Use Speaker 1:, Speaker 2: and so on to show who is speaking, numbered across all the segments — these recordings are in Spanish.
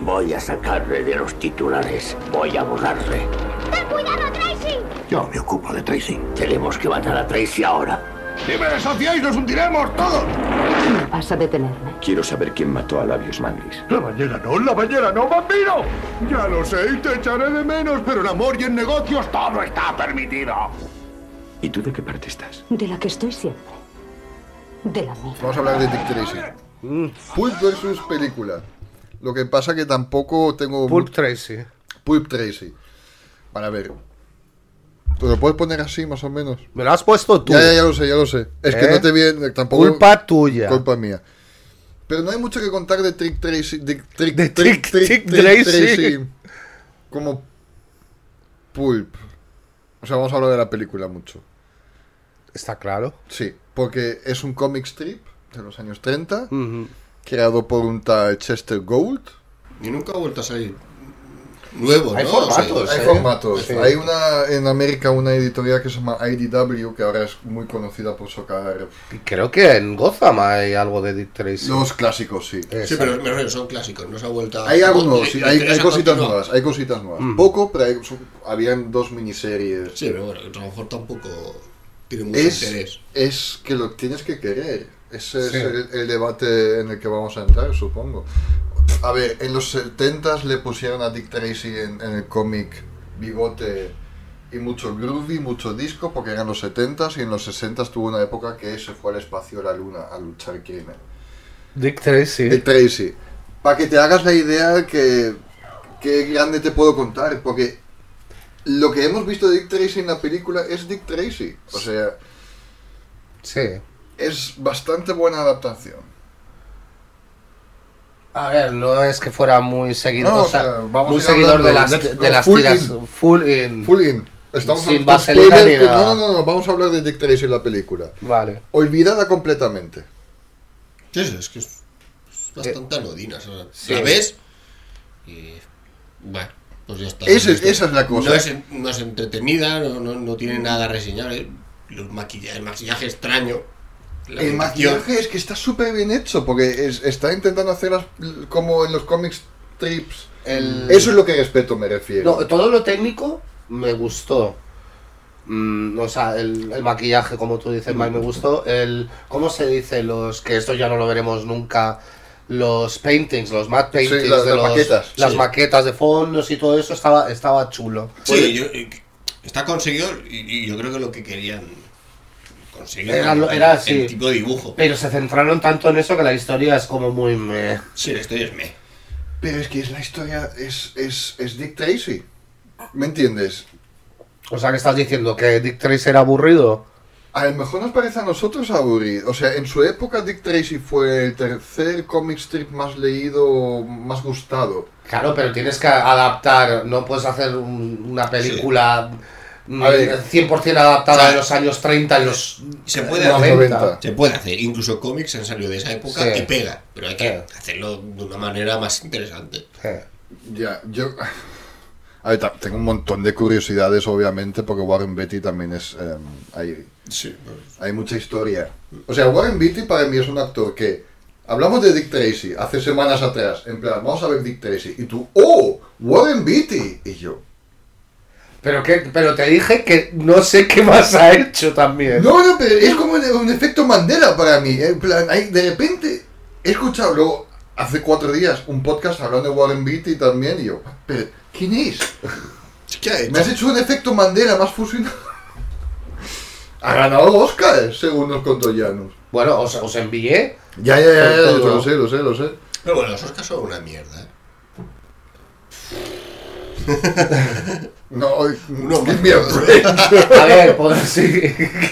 Speaker 1: Voy a sacarle de los titulares. Voy a borrarle.
Speaker 2: ¡Ten cuidado, Tracy!
Speaker 1: Yo me ocupo de Tracy. Tenemos que matar a Tracy ahora.
Speaker 3: ¡Si me desafiáis, nos hundiremos todos!
Speaker 4: No vas a detenerme.
Speaker 5: Quiero saber quién mató a Labios Manglis.
Speaker 3: La bañera no, la bañera no, vampiro. Ya lo sé y te echaré de menos, pero en amor y en negocios todo está permitido.
Speaker 5: ¿Y tú de qué parte estás?
Speaker 4: De la que estoy siempre. De la mía.
Speaker 6: Vamos a hablar de Dick Tracy. Pulp versus película. Lo que pasa que tampoco tengo...
Speaker 7: Pulp Tracy.
Speaker 6: Pulp Tracy. Para ver. ¿Te lo puedes poner así, más o menos?
Speaker 7: Me lo has puesto tú.
Speaker 6: Ya, ya, ya lo sé, ya lo sé. Es que
Speaker 7: ¿Eh?
Speaker 6: no te viene... Tampoco...
Speaker 7: Culpa tuya.
Speaker 6: Culpa mía. Pero no hay mucho que contar de Trick Tracy. De Trick,
Speaker 7: De Trick- Trick Tracy.
Speaker 6: Como Pulp. O sea, vamos a hablar de la película mucho.
Speaker 7: Está claro.
Speaker 6: Sí, porque es un comic strip de los años 30,
Speaker 7: Ujú.
Speaker 6: creado por un tal Chester Gould.
Speaker 8: Y nunca ha vuelto a salir nuevo,
Speaker 7: Hay
Speaker 8: ¿no?
Speaker 7: formatos.
Speaker 6: Hay
Speaker 7: Sí.
Speaker 6: formatos.
Speaker 7: Sí.
Speaker 6: Hay una en América, una editorial que se llama IDW, que ahora es muy conocida por sacar
Speaker 7: Y creo que en Gotham hay algo de Dick Tracy.
Speaker 6: los clásicos, sí.
Speaker 7: Exacto.
Speaker 8: Sí, pero me refiero, son clásicos, no se ha vuelto a...
Speaker 6: Hay algo nuevo,
Speaker 8: Le-
Speaker 6: sí,
Speaker 8: le
Speaker 6: hay, hay
Speaker 8: interesa
Speaker 6: cositas
Speaker 8: continuar.
Speaker 6: nuevas, hay cositas nuevas.
Speaker 7: Mm.
Speaker 6: Poco, pero hay- su- habían dos miniseries.
Speaker 8: Sí, pero bueno, a lo mejor tampoco tiene mucho
Speaker 6: es,
Speaker 8: interés.
Speaker 6: es que lo tienes que querer. Ese es
Speaker 7: Sí.
Speaker 6: el, el debate en el que vamos a entrar, supongo. A ver, en los 70 le pusieron a Dick Tracy en, en el cómic bigote y mucho groovy, mucho disco, porque eran los 70 y en los 60 tuvo una época que se fue al espacio a la luna a luchar crimen.
Speaker 7: Dick Tracy.
Speaker 6: Dick Tracy. Para que te hagas la idea que, que grande te puedo contar, porque lo que hemos visto de Dick Tracy en la película es Dick Tracy. O sea,
Speaker 7: Sí.
Speaker 6: es bastante buena adaptación.
Speaker 7: A ver, no es que fuera muy seguidor,
Speaker 6: No,
Speaker 7: o sea,
Speaker 6: o sea, vamos
Speaker 7: muy
Speaker 6: a ir a
Speaker 7: seguidor
Speaker 6: hablar
Speaker 7: de
Speaker 6: de
Speaker 7: las,
Speaker 6: Netflix,
Speaker 7: de
Speaker 6: no,
Speaker 7: las
Speaker 6: full
Speaker 7: tiras
Speaker 6: in.
Speaker 7: full in.
Speaker 6: Full in. Estamos
Speaker 7: Sin
Speaker 6: hablando-
Speaker 7: vaselina
Speaker 6: spoiler,
Speaker 7: ni
Speaker 6: que-
Speaker 7: nada.
Speaker 6: No, no, no, vamos a hablar de Dick Tracy en la película.
Speaker 7: Vale.
Speaker 6: Olvidada completamente.
Speaker 8: Sí, sí, es que es es bastante anodina. o sea,
Speaker 7: Sí.
Speaker 8: La ves y... Bueno, pues ya está.
Speaker 6: Ese-
Speaker 8: No es-
Speaker 6: esa es la cosa.
Speaker 8: No es, no es entretenida, no, no, no tiene nada reseñable. Los maquilla- el maquillaje extraño. la
Speaker 6: El
Speaker 8: ambientación.
Speaker 6: maquillaje es que está súper bien hecho, porque es- está intentando hacer las- como en los cómics trips.
Speaker 7: El-
Speaker 6: Eso es lo que respeto, me refiero.
Speaker 7: No, todo lo técnico me gustó. Mm, o sea, el, el maquillaje, como tú dices, Mike, me gustó. El, ¿Cómo se dice? Los que esto ya no lo veremos nunca. Los paintings, los matte
Speaker 6: Sí,
Speaker 7: paintings,
Speaker 6: las-
Speaker 7: de
Speaker 6: las
Speaker 7: los-
Speaker 6: maquetas,
Speaker 7: las
Speaker 6: sí.
Speaker 7: maquetas de fondos y todo eso estaba, estaba chulo.
Speaker 8: Sí, yo- eh, está conseguido y, y yo creo que lo que querían conseguir
Speaker 7: Era
Speaker 8: el-
Speaker 7: lo- era
Speaker 8: el,
Speaker 7: así.
Speaker 8: tipo de dibujo.
Speaker 7: Pero se centraron tanto en eso que la historia es como muy. meh.
Speaker 8: Sí, la historia es me.
Speaker 6: Pero es que es la historia, es, es, es Dick Tracy. ¿Me entiendes?
Speaker 7: O sea, que estás diciendo que Dick Tracy era aburrido.
Speaker 6: A lo mejor nos parece a nosotros aburrido. O sea, en su época Dick Tracy fue el tercer comic strip más leído, más gustado.
Speaker 7: Claro, pero tienes que adaptar, no puedes hacer un- una película mm,
Speaker 6: A ver.
Speaker 7: 100% adaptada
Speaker 8: O sea,
Speaker 7: de los años 30 y los
Speaker 8: Se puede
Speaker 6: Los
Speaker 8: hacer.
Speaker 6: 90.
Speaker 8: Se puede hacer, incluso cómics han salido de esa época
Speaker 7: Sí.
Speaker 8: y pega, pero hay que
Speaker 7: Sí.
Speaker 8: hacerlo de una manera más interesante.
Speaker 7: Eh,
Speaker 6: Ya, yo... A ver, ta- tengo un montón de curiosidades, obviamente, porque Warren Beatty también es... eh, hay,
Speaker 8: Sí,
Speaker 6: hay mucha historia. O sea, Warren Beatty para mí es un actor que... Hablamos de Dick Tracy hace semanas atrás. En plan, vamos a ver Dick Tracy. Y tú, ¡oh! ¡Warren Beatty! Y yo,
Speaker 7: Pero, que, pero te dije que no sé qué más ha hecho también.
Speaker 6: No, no, pero es como un, un efecto Mandela para mí. En plan, hay- de repente he escuchado luego, hace cuatro días un podcast hablando de Warren Beatty también y yo, pero ¿quién es?
Speaker 8: ¿Qué ha
Speaker 6: Me has hecho un efecto Mandela más fusionado. Ha ganado Oscar, según los contoyanos.
Speaker 7: Bueno, os, os envié.
Speaker 6: Ya, ya, ya,
Speaker 7: Todo.
Speaker 6: yo lo sé, lo sé, lo sé.
Speaker 8: Pero bueno, los Oscars son una mierda. ¿eh?
Speaker 6: No, give me a break.
Speaker 7: A ver, pues sí.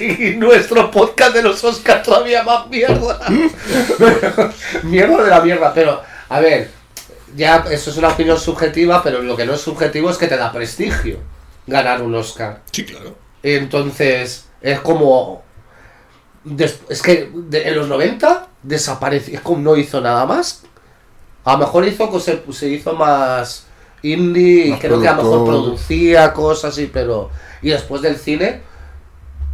Speaker 7: Y Nuestro podcast de los Oscars todavía más mierda. mierda de la mierda, pero a ver, ya eso es una opinión subjetiva, pero lo que no es subjetivo es que te da prestigio ganar un Oscar.
Speaker 8: Sí, claro.
Speaker 7: Entonces, es como. des- Es que de- en los 90 desapareció. Es como no hizo nada más. A lo mejor hizo co- se, se hizo más indie y
Speaker 6: Más
Speaker 7: creo que a lo mejor
Speaker 6: productor.
Speaker 7: producía cosas así, pero. Y después del cine.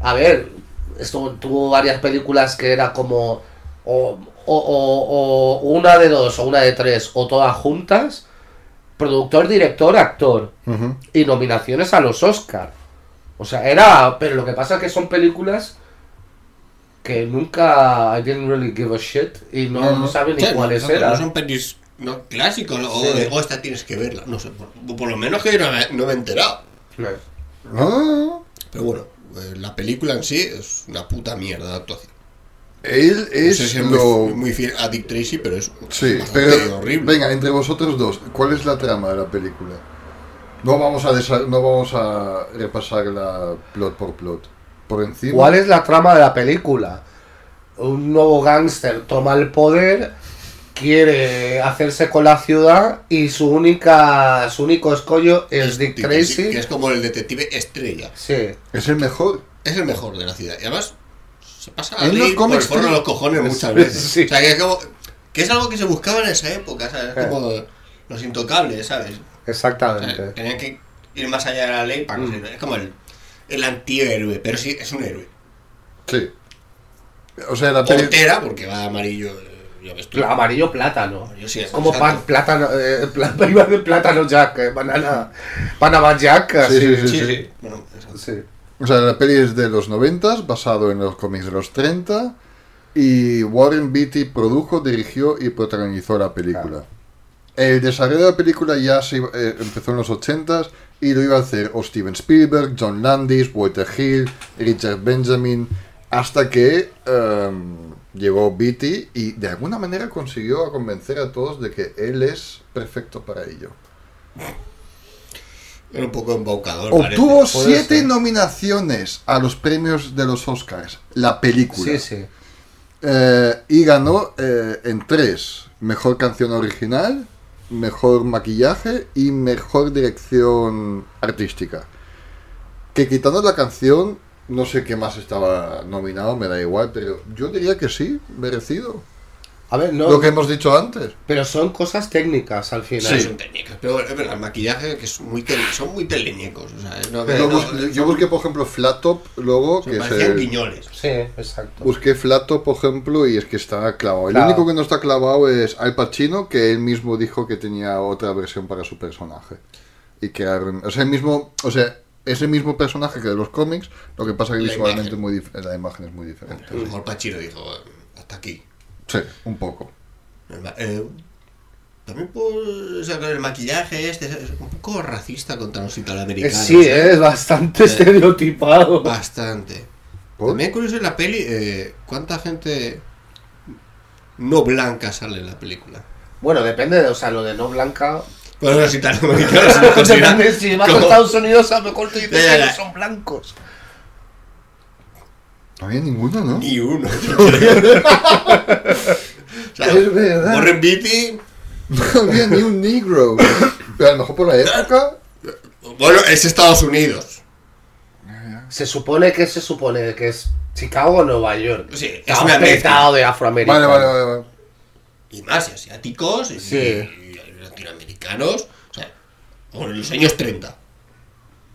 Speaker 7: A ver, esto tuvo varias películas que era como. O, o- o- o una de dos, o una de tres, o todas juntas. Productor, director, actor
Speaker 6: Ujú.
Speaker 7: y nominaciones a los Oscar. O sea, era. Pero lo que pasa es que son películas que nunca. I didn't really give a shit. Y no,
Speaker 6: No,
Speaker 7: no
Speaker 6: no.
Speaker 7: saben ni
Speaker 8: Sí, no,
Speaker 7: cuáles
Speaker 8: no,
Speaker 7: eran.
Speaker 8: No son pelis no, clásicos, o,
Speaker 7: Sí.
Speaker 8: de, "Oh, esta tienes que verla. No sé, por, por lo menos que yo no me, no me he enterado.
Speaker 7: No.
Speaker 6: Ah,
Speaker 8: Pero bueno, eh, la película en sí es una puta mierda de actuación.
Speaker 6: él
Speaker 8: No
Speaker 6: es
Speaker 8: sé si es
Speaker 6: lo.
Speaker 8: muy, muy fiel a Dick Tracy, pero es
Speaker 6: Sí,
Speaker 8: bastante
Speaker 6: pero
Speaker 8: horrible.
Speaker 6: venga, entre vosotros dos, ¿cuál es la trama de la película? No vamos a desa- no vamos a repasar la plot por plot. Por encima.
Speaker 7: ¿Cuál es la trama de la película? Un nuevo gángster toma el poder, quiere hacerse con la ciudad y su única su único escollo es Dick
Speaker 8: que
Speaker 7: Tracy.
Speaker 8: es como el detective estrella.
Speaker 7: Sí,
Speaker 6: Es el mejor.
Speaker 8: Es el mejor de la ciudad. Y además, se pasa a
Speaker 6: En los
Speaker 8: Lee por el
Speaker 6: cómics
Speaker 8: forro de
Speaker 6: tiene-
Speaker 8: los cojones muchas
Speaker 7: Sí.
Speaker 8: veces. O sea, que es como. Que es algo que se buscaba en esa época, ¿sabes? Es como los intocables, ¿sabes? O sea,
Speaker 7: exactamente.
Speaker 8: Tenían que ir más allá de la ley
Speaker 6: Mm.
Speaker 8: para conseguirlo. Es como el, el antihéroe, pero sí, es un héroe.
Speaker 6: Sí. O sea, la película.
Speaker 8: Portera, porque va amarillo. eh, Ya ves tú.
Speaker 7: Claro, Amarillo plátano.
Speaker 8: Yo sí,
Speaker 7: Como
Speaker 8: exacto.
Speaker 7: pan, plátano, eh, pla- iba a decir plátano jack, eh, banana, Panama jack, así.
Speaker 6: sí, sí,
Speaker 8: Sí,
Speaker 6: sí.
Speaker 8: sí. Bueno, exacto.
Speaker 7: Sí.
Speaker 6: O sea, la peli es de los 90, basado en los cómics de los 30, y Warren Beatty produjo, dirigió y protagonizó la película. El desarrollo de la película ya se iba- eh, empezó en los 80 y lo iba a hacer o Steven Spielberg, John Landis, Walter Hill, Richard Benjamin, hasta que em, llegó Beatty y de alguna manera consiguió convencer a todos de que él es perfecto para ello.
Speaker 8: Era un poco embaucador.
Speaker 6: Obtuvo
Speaker 8: parece.
Speaker 7: puede
Speaker 6: siete
Speaker 7: ser.
Speaker 6: nominaciones a los premios de los Oscars, la película.
Speaker 7: Sí, sí.
Speaker 6: Eh, y ganó eh, en tres: mejor canción original, mejor maquillaje y mejor dirección artística. Que quitando la canción, no sé qué más estaba nominado, me da igual, pero yo diría que sí, merecido.
Speaker 7: A ver, no,
Speaker 6: Lo que hemos dicho antes.
Speaker 7: pero son cosas técnicas al final.
Speaker 8: Sí, son técnicas. Pero bueno, es verdad, el maquillaje que es muy tele- son muy teleñecos. O sea, no,
Speaker 6: Yo,
Speaker 8: no,
Speaker 6: bus- yo busqué, por ejemplo, Flat Top, luego,
Speaker 8: se
Speaker 6: que es
Speaker 8: parecían
Speaker 6: el-
Speaker 8: guiñoles.
Speaker 7: Sí, exacto.
Speaker 6: Busqué Flato, por ejemplo, y es que está clavado. El
Speaker 7: Claro.
Speaker 6: único que no está clavado es Al Pacino, que él mismo dijo que tenía otra versión para su personaje. Y crearon. O sea, el mismo. O sea, es el mismo personaje que de los cómics, lo que pasa que
Speaker 8: La
Speaker 6: visualmente
Speaker 8: imagen.
Speaker 6: muy dif- la imagen es muy diferente.
Speaker 8: A lo mejor Pues Pachiro dijo, hasta aquí.
Speaker 6: Sí, un poco.
Speaker 8: Eh, también puedo sacar el maquillaje este, es un poco racista contra los
Speaker 7: Eh,
Speaker 8: italoamericanos.
Speaker 7: sí, eh, es bastante estereotipado.
Speaker 8: Ah. Bastante.
Speaker 6: ¿Por?
Speaker 8: También curioso en la peli, eh, ¿cuánta gente no blanca sale en la película?
Speaker 7: Bueno, depende de, o sea, lo de no blanca.
Speaker 8: Bueno, los italoamericanos se lo consideran
Speaker 7: Depende, si vas a
Speaker 8: como-
Speaker 7: Estados Unidos, a lo mejor te dicen
Speaker 8: Ya, ya,
Speaker 7: que no
Speaker 8: ya.
Speaker 7: son blancos.
Speaker 6: No había ninguno, ¿no?
Speaker 8: Ni uno. O sea,
Speaker 6: Es verdad.
Speaker 8: Warren Beatty,
Speaker 6: No había ni un negro. Pero a lo mejor por la época.
Speaker 8: bueno, es Estados Unidos.
Speaker 7: Se supone que se supone que es Chicago o Nueva York.
Speaker 8: Sí,
Speaker 7: Está
Speaker 8: es una mezcla.
Speaker 7: petado de afroamericanos.
Speaker 6: Vale, vale, vale. vale.
Speaker 8: y más, y asiáticos y,
Speaker 7: Sí.
Speaker 8: y latinoamericanos, o sea, o en los años 30.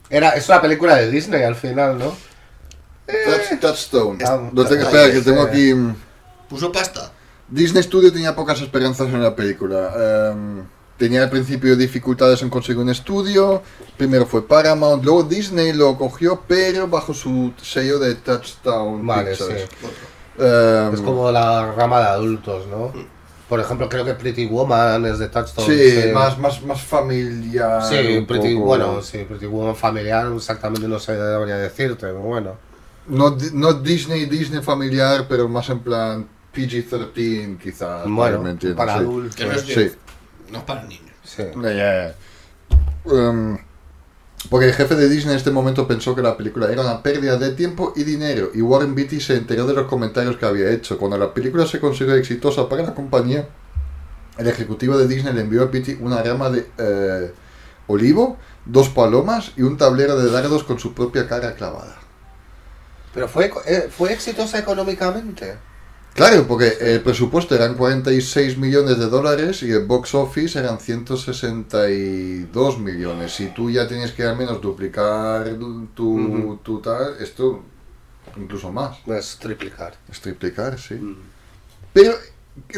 Speaker 7: Era, es una película de Disney al final, ¿no?
Speaker 6: Touch- Touchstone.
Speaker 8: Eh,
Speaker 7: Ah,
Speaker 6: Lo tengo,
Speaker 7: ah,
Speaker 6: espera,
Speaker 7: sí,
Speaker 6: que tengo
Speaker 7: sí.
Speaker 6: aquí. mm,
Speaker 8: Puso pasta.
Speaker 6: Disney Studio tenía pocas esperanzas en la película. Em, tenía al principio dificultades en conseguir un estudio. Primero fue Paramount, luego Disney lo cogió, pero bajo su sello de Touchdown
Speaker 7: Vale,
Speaker 6: Pictures.
Speaker 7: sí.
Speaker 6: Em,
Speaker 7: Es como la rama de adultos, ¿no? Por ejemplo, creo que Pretty Woman es de Touchstone.
Speaker 6: Sí, más, más, más familiar.
Speaker 7: Sí,
Speaker 6: un
Speaker 7: Pretty,
Speaker 6: poco.
Speaker 7: bueno, sí, Pretty Woman familiar, exactamente no sé, debería decirte, pero bueno.
Speaker 6: No, di- no Disney, Disney familiar, pero más en plan PG-13, quizás.
Speaker 7: Bueno,
Speaker 6: ¿me entiendes?
Speaker 7: para
Speaker 6: Ah, Pues Sí.
Speaker 7: adultos.
Speaker 8: Que no es
Speaker 6: Sí.
Speaker 8: de- no es para niños.
Speaker 7: Sí.
Speaker 6: Ya, ya, ya. em, porque el jefe de Disney en este momento pensó que la película era una pérdida de tiempo y dinero, y Warren Beatty se enteró de los comentarios que había hecho. Cuando la película se consideró exitosa para la compañía, el ejecutivo de Disney le envió a Beatty una rama de eh, olivo, dos palomas y un tablero de dardos con su propia cara clavada.
Speaker 7: Pero fue, eco- eh, fue exitosa económicamente.
Speaker 6: Claro, porque el presupuesto eran 46 millones de dólares y el box office eran 162 millones. Si tú ya tienes que al menos duplicar tu, tu- tu tal, esto incluso más.
Speaker 7: Es triplicar.
Speaker 6: Es triplicar, sí. Pero,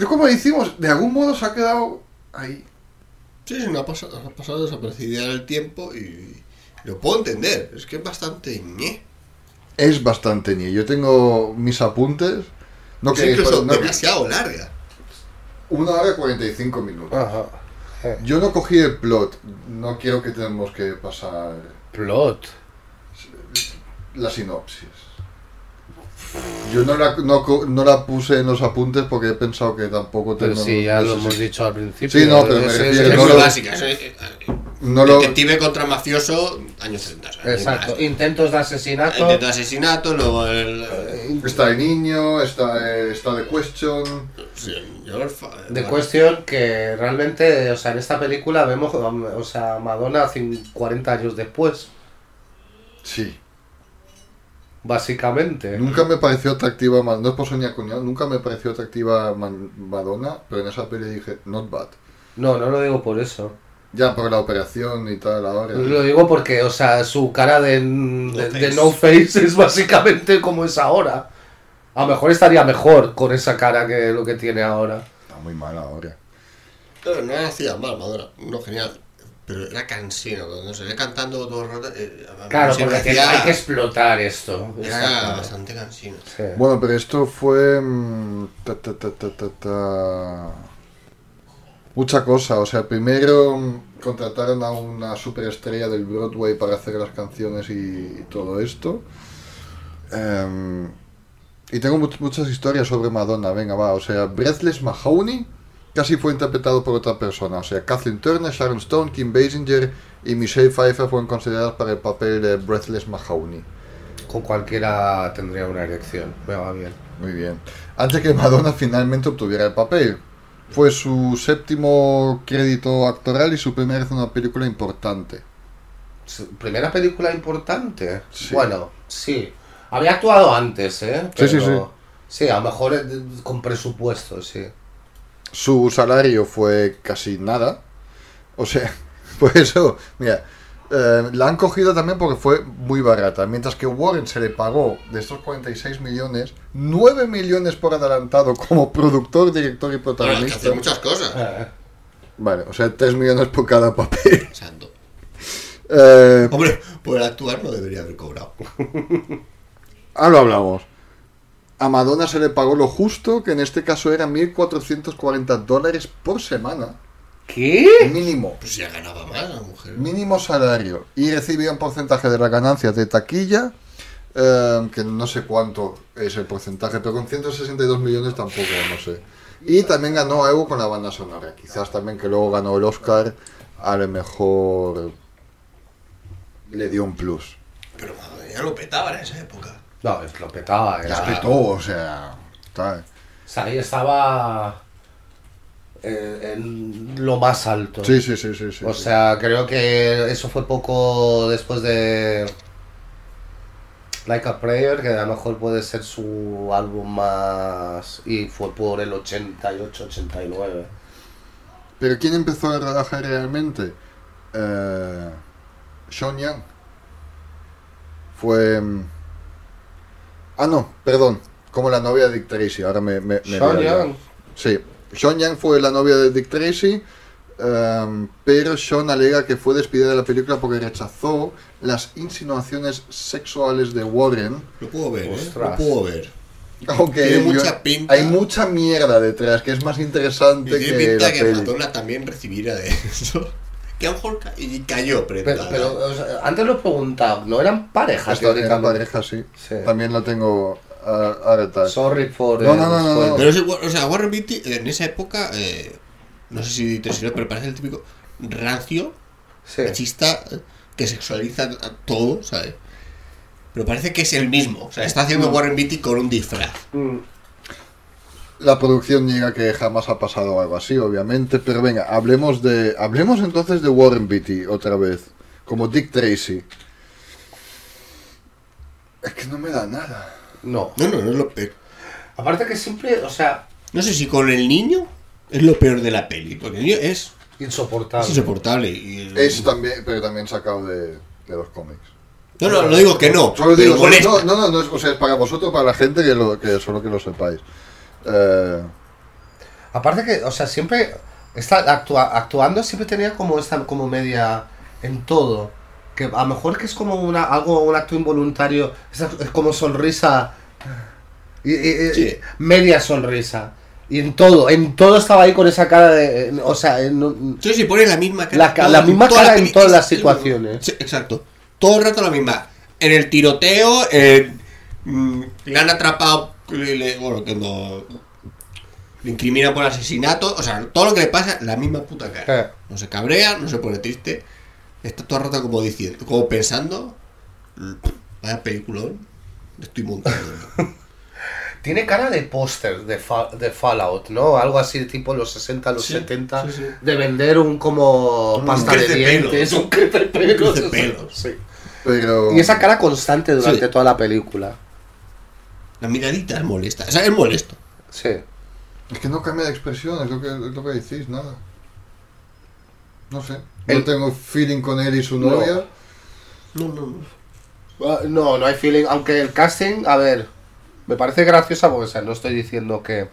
Speaker 6: como decimos, de algún modo se ha quedado ahí.
Speaker 8: Sí, sí, no ha pasado, ha pasado desapercibida en el tiempo y lo puedo entender. Es que es bastante ñe.
Speaker 6: Es bastante ni. Yo tengo mis apuntes. No
Speaker 8: Es
Speaker 6: queréis
Speaker 8: incluso
Speaker 6: poner- no,
Speaker 8: demasiado larga.
Speaker 6: Una hora y 45 minutos.
Speaker 8: Ah.
Speaker 7: Ajá. Eh,
Speaker 6: Yo no cogí el plot. No quiero que tenemos que pasar...
Speaker 7: Plot.
Speaker 6: la sinopsis. Yo no la, no, co- no la puse en los apuntes porque he pensado que tampoco
Speaker 7: Pero
Speaker 6: tengo-
Speaker 7: sí, ya
Speaker 6: no
Speaker 7: lo
Speaker 6: sé
Speaker 7: hemos
Speaker 6: si-
Speaker 7: dicho al principio.
Speaker 6: Sí, no, pero me
Speaker 7: Ese-
Speaker 6: refiero-
Speaker 8: Es
Speaker 7: ese-
Speaker 6: no
Speaker 8: muy
Speaker 6: lo-
Speaker 8: básica. eso es- eh, eh,
Speaker 6: No lo,
Speaker 8: Detective contra mafioso, años 30. o sea,
Speaker 7: Exacto.
Speaker 8: muy
Speaker 7: Intentos de
Speaker 8: básica.
Speaker 7: asesinato.
Speaker 8: Intento de asesinato, luego el.
Speaker 6: está de niño, está, eh, está de question.
Speaker 7: De
Speaker 8: De
Speaker 7: cuestión que realmente, o sea, en esta película vemos, um, o sea, Madonna cin- 40 años después,
Speaker 6: Sí.
Speaker 7: básicamente.
Speaker 6: Nunca me pareció atractiva, Ma- no es por soñar con ella, nunca me pareció atractiva Ma- Madonna, pero en esa peli dije, not bad.
Speaker 7: No, no lo digo por eso.
Speaker 6: Ya, por la operación y tal, ahora.
Speaker 7: Pues Lo digo porque, o sea, su cara de, de-
Speaker 8: face.
Speaker 7: de no face es básicamente como es ahora. A lo mejor estaría mejor con esa cara que lo que tiene ahora.
Speaker 6: Está muy mal ahora.
Speaker 8: No, no hacía mal, Madonna. No, genial. Pero era cansino. Cuando se ve cantando todo el rato. eh, a mí
Speaker 7: Claro,
Speaker 8: se me
Speaker 7: porque hay que-
Speaker 8: hacía-
Speaker 7: hay que explotar esto.
Speaker 8: Era bastante cansino.
Speaker 7: Sí.
Speaker 6: Bueno, pero esto fue. mm, ta, ta, ta, ta, ta, ta. Mucha cosa. O sea, primero mm, contrataron a una superestrella del Broadway para hacer las canciones y, y todo esto. Em, y tengo mu- muchas historias sobre Madonna. Venga, va. O sea, Breathless Mahoney casi fue interpretado por otra persona. O sea, Kathleen Turner, Sharon Stone, Kim Basinger y Michelle Pfeiffer fueron consideradas para el papel de Breathless Mahoney.
Speaker 7: Con cualquiera tendría una erección. Me va bien.
Speaker 6: Muy bien. Antes que Madonna finalmente obtuviera el papel. Fue su séptimo crédito actoral y su primera vez en una película importante.
Speaker 7: Su Primera película importante.
Speaker 6: Sí.
Speaker 7: Bueno, sí. Había actuado antes, ¿eh?
Speaker 6: Sí, sí,
Speaker 7: sí, a lo mejor eh, con presupuesto, sí.
Speaker 6: Su salario fue casi nada. O sea, por eso, mira, eh, la han cogido también porque fue muy barata. Mientras que Warren se le pagó de estos 46 millones, 9 millones por adelantado como productor, director y
Speaker 8: Bueno, hay que
Speaker 6: protagonista.
Speaker 8: hacer muchas
Speaker 7: Ah.
Speaker 8: cosas.
Speaker 6: Vale, o sea, 3 millones por cada papel.
Speaker 8: Santo.
Speaker 6: Eh,
Speaker 8: Hombre, por actuar no debería haber cobrado.
Speaker 6: Ahora Ah, lo hablamos. A Madonna se le pagó lo justo, que en este caso eran 1.440 dólares por semana.
Speaker 7: ¿Qué?
Speaker 6: Mínimo.
Speaker 8: Pues ya ganaba más la mujer.
Speaker 6: Mínimo salario. Y recibía un porcentaje de las ganancias de taquilla, eh, que no sé cuánto es el porcentaje, pero con 162 millones tampoco, no sé. Y también ganó algo con la banda sonora. Quizás también que luego ganó el Oscar, a lo mejor le dio un plus.
Speaker 8: Pero madre, ya lo petaba en esa época.
Speaker 7: No, es lo petaba. Era...
Speaker 6: Las petó, o sea, tal.
Speaker 7: O sea, ahí estaba eh, en lo más alto.
Speaker 6: Sí, sí, sí, sí. sí,
Speaker 7: o
Speaker 6: sí.
Speaker 7: sea, creo que eso fue poco después de Like a Prayer, que a lo mejor puede ser su álbum más... Y fue por el 88, 89.
Speaker 6: Pero ¿quién empezó a trabajar realmente? Eh, Sean Young. Fue... mm, Ah, no, perdón. Como la novia de Dick Tracy. Ahora me... me, me
Speaker 7: Sean
Speaker 6: lío yo.
Speaker 7: Young.
Speaker 6: Sí. Sean Young fue la novia de Dick Tracy. em, pero Sean alega que fue despedida de la película porque rechazó las insinuaciones sexuales de Warren.
Speaker 8: Lo puedo ver, ¿eh? Lo
Speaker 7: Ostras.
Speaker 8: puedo ver.
Speaker 6: Aunque
Speaker 8: Tiene
Speaker 6: yo-
Speaker 8: mucha pinta.
Speaker 6: hay mucha mierda detrás, que es más
Speaker 8: Y
Speaker 6: interesante
Speaker 8: tiene
Speaker 6: que la
Speaker 8: pinta que
Speaker 6: peli.
Speaker 8: Madonna también recibiera de eso. Que a lo mejor ca- y cayó
Speaker 7: Pero,
Speaker 8: prendada.
Speaker 7: pero, o sea, antes lo he preguntado, ¿no eran parejas
Speaker 6: Hasta en la
Speaker 7: teóricamente?
Speaker 6: pareja, sí.
Speaker 7: Sí.
Speaker 6: También lo tengo a- ahora tal.
Speaker 7: Sorry for...
Speaker 6: No,
Speaker 7: eh,
Speaker 6: no, no, no,
Speaker 7: spoiler.
Speaker 6: no.
Speaker 8: Pero es igual, o sea, Warren eh, Beatty en esa época, eh, no sé si te sirvió, pero parece el típico rancio
Speaker 7: Sí.
Speaker 8: machista, que sexualiza a todo, ¿sabes? Pero parece que es el mismo. O sea, está haciendo Warren Beatty con un disfraz.
Speaker 7: Mm.
Speaker 6: La producción niega que jamás ha pasado algo así, obviamente, pero venga, hablemos de hablemos entonces de Warren Beatty otra vez, como Dick Tracy. Es que no me da nada.
Speaker 7: No.
Speaker 8: No, no, no es lo peor.
Speaker 7: Aparte que siempre, o sea,
Speaker 8: No sé si con el niño es lo peor de la peli, porque el niño es,
Speaker 7: insoportable.
Speaker 8: es insoportable. y-
Speaker 6: Es también, pero también sacado de, de los cómics.
Speaker 8: No, no, no digo que no.
Speaker 6: Solo
Speaker 8: pero
Speaker 6: digo,
Speaker 8: molesta.
Speaker 6: no, no, no, no es, o sea, es para vosotros, para la gente que, lo, que solo que lo sepáis. Eh,
Speaker 7: Aparte que, o sea, siempre está actua- actuando siempre tenía como esta como media en todo. Que a lo mejor que es como una, algo, un acto involuntario, es, es como sonrisa. y- y- y-
Speaker 8: Sí.
Speaker 7: Media sonrisa. Y en todo, en todo estaba ahí con esa cara de. en- o sea, en un-
Speaker 8: Sí, sí, pone la misma cara.
Speaker 7: La ca-
Speaker 8: Todo-
Speaker 7: la misma
Speaker 8: toda
Speaker 7: cara en
Speaker 8: peli-
Speaker 7: todas
Speaker 8: es-
Speaker 7: las
Speaker 8: es lo mismo.
Speaker 7: situaciones.
Speaker 8: Sí, exacto. Todo el rato la misma. En el tiroteo, en, mm, le han atrapado, le- le- bueno, que lo, le incriminan por asesinato. O sea, todo lo que le pasa, la misma puta
Speaker 7: Eh.
Speaker 8: cara. No se cabrea, no se pone triste. Está todo el rato como diciendo, como pensando, "L- vaya peliculón, estoy montando.
Speaker 7: Tiene cara de póster de, fa- de Fallout, ¿no? Algo así tipo los 60, los
Speaker 8: Sí,
Speaker 7: 70.
Speaker 8: sí, sí.
Speaker 7: De vender un como pasta de
Speaker 8: crecepelo.
Speaker 7: dientes, un crecepelo.
Speaker 8: Crecepelo.
Speaker 7: Sí.
Speaker 6: pero
Speaker 7: Y esa cara constante durante
Speaker 8: Sí.
Speaker 7: toda la película.
Speaker 8: La miradita es molesta. O sea, es molesto.
Speaker 7: Sí.
Speaker 6: es que no cambia de expresión, es lo que, es lo que decís, nada. No sé. No
Speaker 7: El-
Speaker 6: tengo feeling con él y su
Speaker 7: No.
Speaker 6: novia.
Speaker 8: No, no, no.
Speaker 7: Ah, No, no hay feeling. Aunque el casting, a ver, me parece graciosa porque, o sea, no estoy diciendo que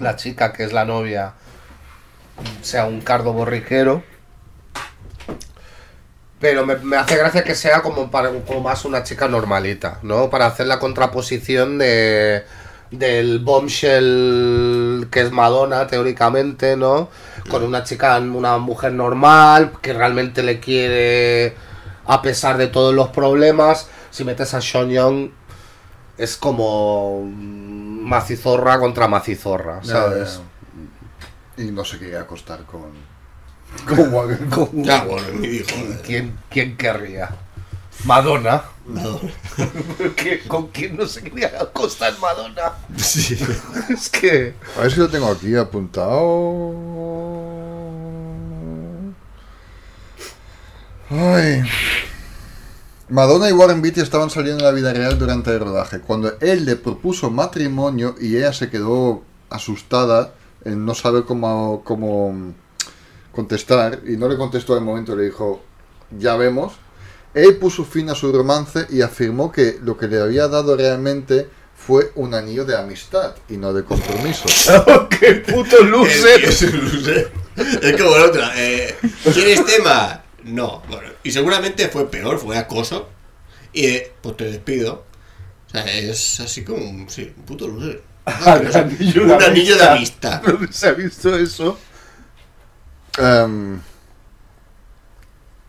Speaker 7: la chica que es la novia sea un cardo borriquero. Pero me, me hace gracia que sea como, para, como más una chica normalita, ¿no? Para hacer la contraposición de del bombshell que es Madonna teóricamente, ¿no? Con una chica, una mujer normal que realmente le quiere a pesar de todos los problemas. Si metes a Sean Young es como mm, macizorra contra macizorra, ¿sabes?
Speaker 6: Eh, Y no se quería acostar con. con Warren.
Speaker 8: Ya, bueno, mi hijo.
Speaker 7: ¿Quién, quién querría? Madonna.
Speaker 8: No.
Speaker 7: ¿Qué- ¿Con quién no se quería acostar Madonna?
Speaker 8: Sí.
Speaker 7: Es que...
Speaker 6: A ver si lo tengo aquí apuntado. Ay. Madonna y Warren Beatty estaban saliendo en la vida real durante el rodaje, cuando él le propuso matrimonio y ella se quedó asustada, eh, no sabe cómo, cómo contestar, y no le contestó al momento, le dijo, ya vemos. Él puso fin a su romance y afirmó que lo que le había dado realmente fue un anillo de amistad y no de compromiso.
Speaker 7: ¡Qué puto
Speaker 8: El tío es un loser. Es como la otra. eh, ¿Quieres tema? No. Bueno, y seguramente fue peor, fue acoso. Y eh, pues te despido. O sea, es así como un, sí, un puto loser.
Speaker 7: Al anillo
Speaker 8: un
Speaker 7: de
Speaker 8: anillo de amistad.
Speaker 7: ¿Dónde se ha visto eso?
Speaker 6: Em,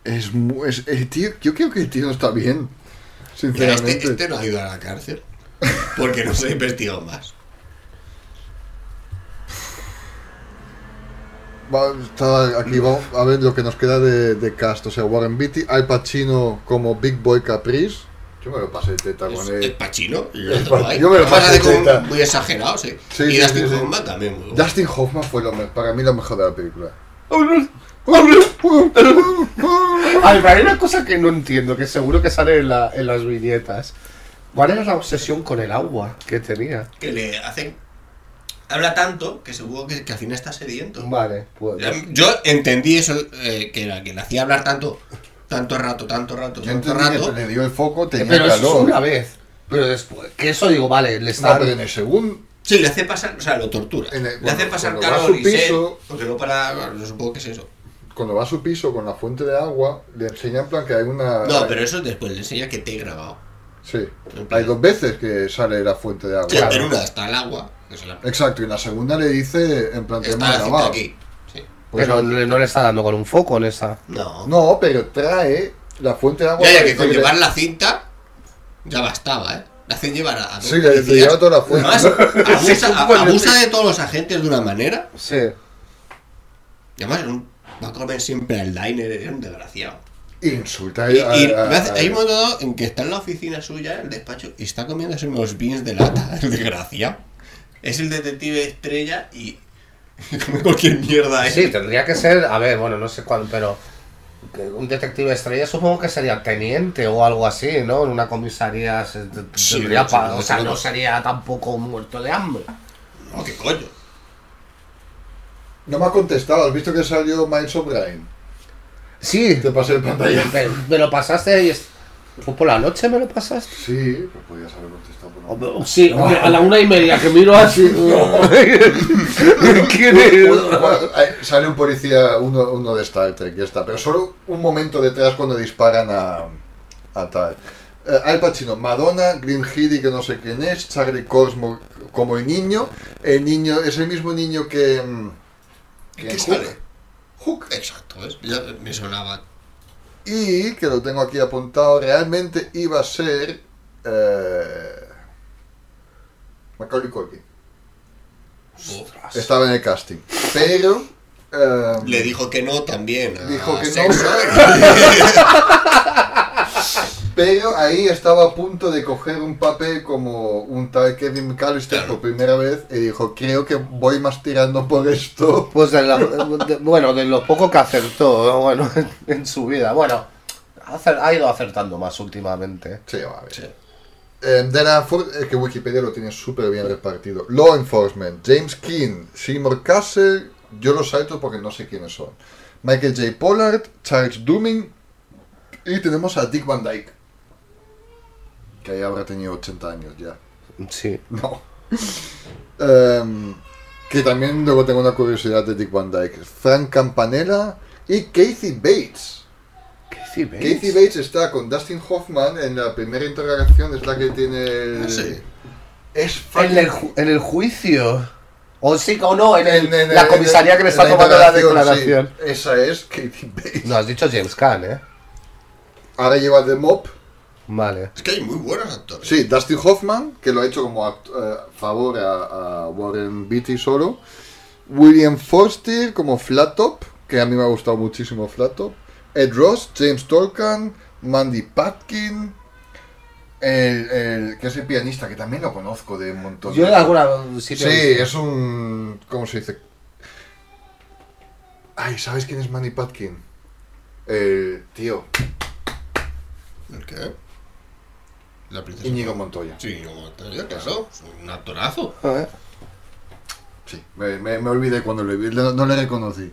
Speaker 6: es, mu- es- el tío, yo creo que el tío no está bien.
Speaker 8: Mira,
Speaker 6: Sinceramente.
Speaker 8: este, este no ha ido a la cárcel. Porque no se ha investigado más.
Speaker 6: Va- está aquí vamos a ver lo que nos queda de, de cast. O sea, Warren Beatty, Al Pacino como Big Boy Caprice. Yo me lo pasé teta
Speaker 8: Es,
Speaker 6: con
Speaker 8: el
Speaker 6: él.
Speaker 8: Pachino.
Speaker 6: pa- yo me lo paso teta.
Speaker 8: muy exagerado, sí.
Speaker 6: Sí,
Speaker 8: y
Speaker 6: sí,
Speaker 8: Dustin
Speaker 6: sí, sí.
Speaker 8: Hoffman también. muy bueno.
Speaker 6: Dustin Hoffman fue lo me- para mí lo mejor de la película.
Speaker 7: A ver, hay una cosa que no entiendo, que seguro que sale en, la- en las viñetas. ¿Cuál era la obsesión con el agua que tenía?
Speaker 8: Que le hacen. Habla tanto que seguro que, que al final está sediento.
Speaker 7: Vale, pues...
Speaker 8: Yo entendí eso, eh, que era que le hacía hablar tanto, tanto rato, tanto rato,
Speaker 6: Yo
Speaker 8: tanto
Speaker 6: entendí que
Speaker 8: rato.
Speaker 6: le dio el foco, tenía
Speaker 7: Pero eso es
Speaker 6: calor.
Speaker 7: una vez. Pero después... Que eso digo, vale, le
Speaker 6: No,
Speaker 7: está...
Speaker 6: pero en el segundo.
Speaker 8: Sí, le hace pasar, o sea, lo tortura.
Speaker 6: En el-
Speaker 8: le hace
Speaker 6: cuando-
Speaker 8: pasar
Speaker 6: cuando va a
Speaker 8: calor
Speaker 6: su
Speaker 8: y sed,
Speaker 6: piso-
Speaker 8: porque no pues para, bueno, yo supongo que es eso.
Speaker 6: Cuando va a su piso con la fuente de agua, le enseña en plan que hay una.
Speaker 8: No, pero eso después le enseña que te he grabado.
Speaker 6: Sí.
Speaker 8: En plan-
Speaker 6: Hay dos veces que sale la fuente de agua.
Speaker 8: Sí, pero una hasta el agua. que se la-
Speaker 6: Exacto, y la segunda le dice en plan que
Speaker 8: está
Speaker 6: hemos
Speaker 8: la cinta
Speaker 6: grabado.
Speaker 8: aquí. Sí.
Speaker 6: Pues
Speaker 7: pero
Speaker 6: no-
Speaker 7: le- no le está dando con un foco en esa.
Speaker 8: No.
Speaker 6: no, pero trae la fuente de agua.
Speaker 8: Ya, ya
Speaker 6: para
Speaker 8: que con
Speaker 6: decirle-
Speaker 8: llevar la cinta ya bastaba, ¿eh? La hacen llevar a... a
Speaker 6: Sí, le- le lleva toda la fuerza.
Speaker 8: Además, abusa,
Speaker 7: Sí, bueno,
Speaker 8: abusa
Speaker 7: sí.
Speaker 8: de todos los agentes de una manera.
Speaker 7: Sí.
Speaker 8: Y además, es un Comer siempre al diner, es un desgraciado.
Speaker 6: Insulta
Speaker 8: Y, y
Speaker 6: a- a-
Speaker 8: me hace-
Speaker 6: a-
Speaker 8: hay un momento dado en que está en la oficina suya, el despacho, y está comiéndose unos beans de lata, el desgraciado. Es el detective estrella y come cualquier mierda, ¿eh?
Speaker 7: Sí, tendría que ser, a ver, bueno, no sé cuál, pero que un detective estrella supongo que sería teniente o algo así, ¿no? En una comisaría se- te-
Speaker 8: Sí,
Speaker 7: tendría
Speaker 8: no,
Speaker 7: pa-
Speaker 8: sí,
Speaker 7: o sea,
Speaker 8: no,
Speaker 7: no
Speaker 8: no.
Speaker 7: sería tampoco muerto de hambre.
Speaker 8: No, qué coño.
Speaker 6: No me ha contestado, ¿has visto que salió Miles O'Brien?
Speaker 7: Sí,
Speaker 6: Te pasé el pantalla.
Speaker 7: me, me lo pasaste y es- fue por la noche me lo pasaste.
Speaker 6: Sí, pues podías haber contestado. pero no.
Speaker 7: Oh, Sí, a la una y media que miro así. ¿Quién
Speaker 6: Bueno, bueno, eh, sale un policía, uno, uno de Star Trek, ya está. Pero solo un momento detrás cuando disparan a, a tal. Eh, Al Pacino, Madonna, Green Hill que no sé quién es, Charlie Cosmo como el niño. El niño es el mismo niño que. mm,
Speaker 8: ¿En
Speaker 6: que
Speaker 8: qué
Speaker 6: en
Speaker 8: sale? Hook, exacto, es- ya me sonaba.
Speaker 6: Y que lo tengo aquí apuntado, realmente iba a ser. Eh, Macaulay Culkin. Estaba en el casting. Pero. eh,
Speaker 8: Le dijo que no también. a
Speaker 6: Dijo que no.
Speaker 8: Ah, sexo.
Speaker 6: Pero ahí estaba a punto de coger un papel como un tal Kevin McAllister
Speaker 8: Claro.
Speaker 6: por primera vez y dijo, creo que voy más tirando por esto.
Speaker 7: Pues de lo- de- bueno, de lo poco que acertó ¿no? bueno, en, en su vida. Bueno, acer- ha ido acertando más últimamente. ¿eh?
Speaker 6: Sí, va a ver.
Speaker 8: Sí.
Speaker 6: Eh, Dana Ford, eh, que Wikipedia lo tiene súper bien repartido. Law Enforcement, James King, Seymour Castle, yo los salto porque no sé quiénes son. Michael J. Pollard, Charles Dumming y tenemos a Dick Van Dyke. Que ahí habrá tenido 80 años ya.
Speaker 7: Sí.
Speaker 6: No. Em, que también luego tengo una curiosidad de Dick Van Dyke. Frank Campanella y Casey Bates.
Speaker 7: Casey Bates.
Speaker 6: Casey Bates está con Dustin Hoffman en la primera interrogación, es la que tiene el...
Speaker 8: Ah, sí.
Speaker 6: Es
Speaker 7: En el,
Speaker 6: fucking-
Speaker 7: ju- en el juicio. O sí o no, en, el-
Speaker 6: en- en-
Speaker 7: la
Speaker 6: en-
Speaker 7: comisaría que le
Speaker 6: en
Speaker 7: está
Speaker 6: la
Speaker 7: tomando la
Speaker 6: interrogación,
Speaker 7: declaración.
Speaker 6: sí. Esa es Casey Bates.
Speaker 7: No, has dicho James Caan, ¿eh?
Speaker 6: Ahora lleva The Mop.
Speaker 7: Vale.
Speaker 8: Es que hay muy buenos actores.
Speaker 6: Sí, Dustin Hoffman, que lo ha hecho como act- eh, favor a, a Warren Beatty solo. William Forster como Flat Top, que a mí me ha gustado muchísimo Flat Top. Ed Ross, James Tolkien, Mandy Patkin, el, el- que es el pianista, que también lo conozco de un montón
Speaker 7: Yo
Speaker 6: de...
Speaker 7: en alguna sí
Speaker 6: Sí, es un... ¿Cómo se dice? Ay, ¿sabes quién es Mandy Patkin? El tío,
Speaker 8: ¿El qué? La princesa.
Speaker 6: Íñigo Montoya.
Speaker 8: Sí, Íñigo Montoya, claro. es Un actorazo.
Speaker 6: Sí, me, me- me olvidé cuando lo vi, no, no le reconocí.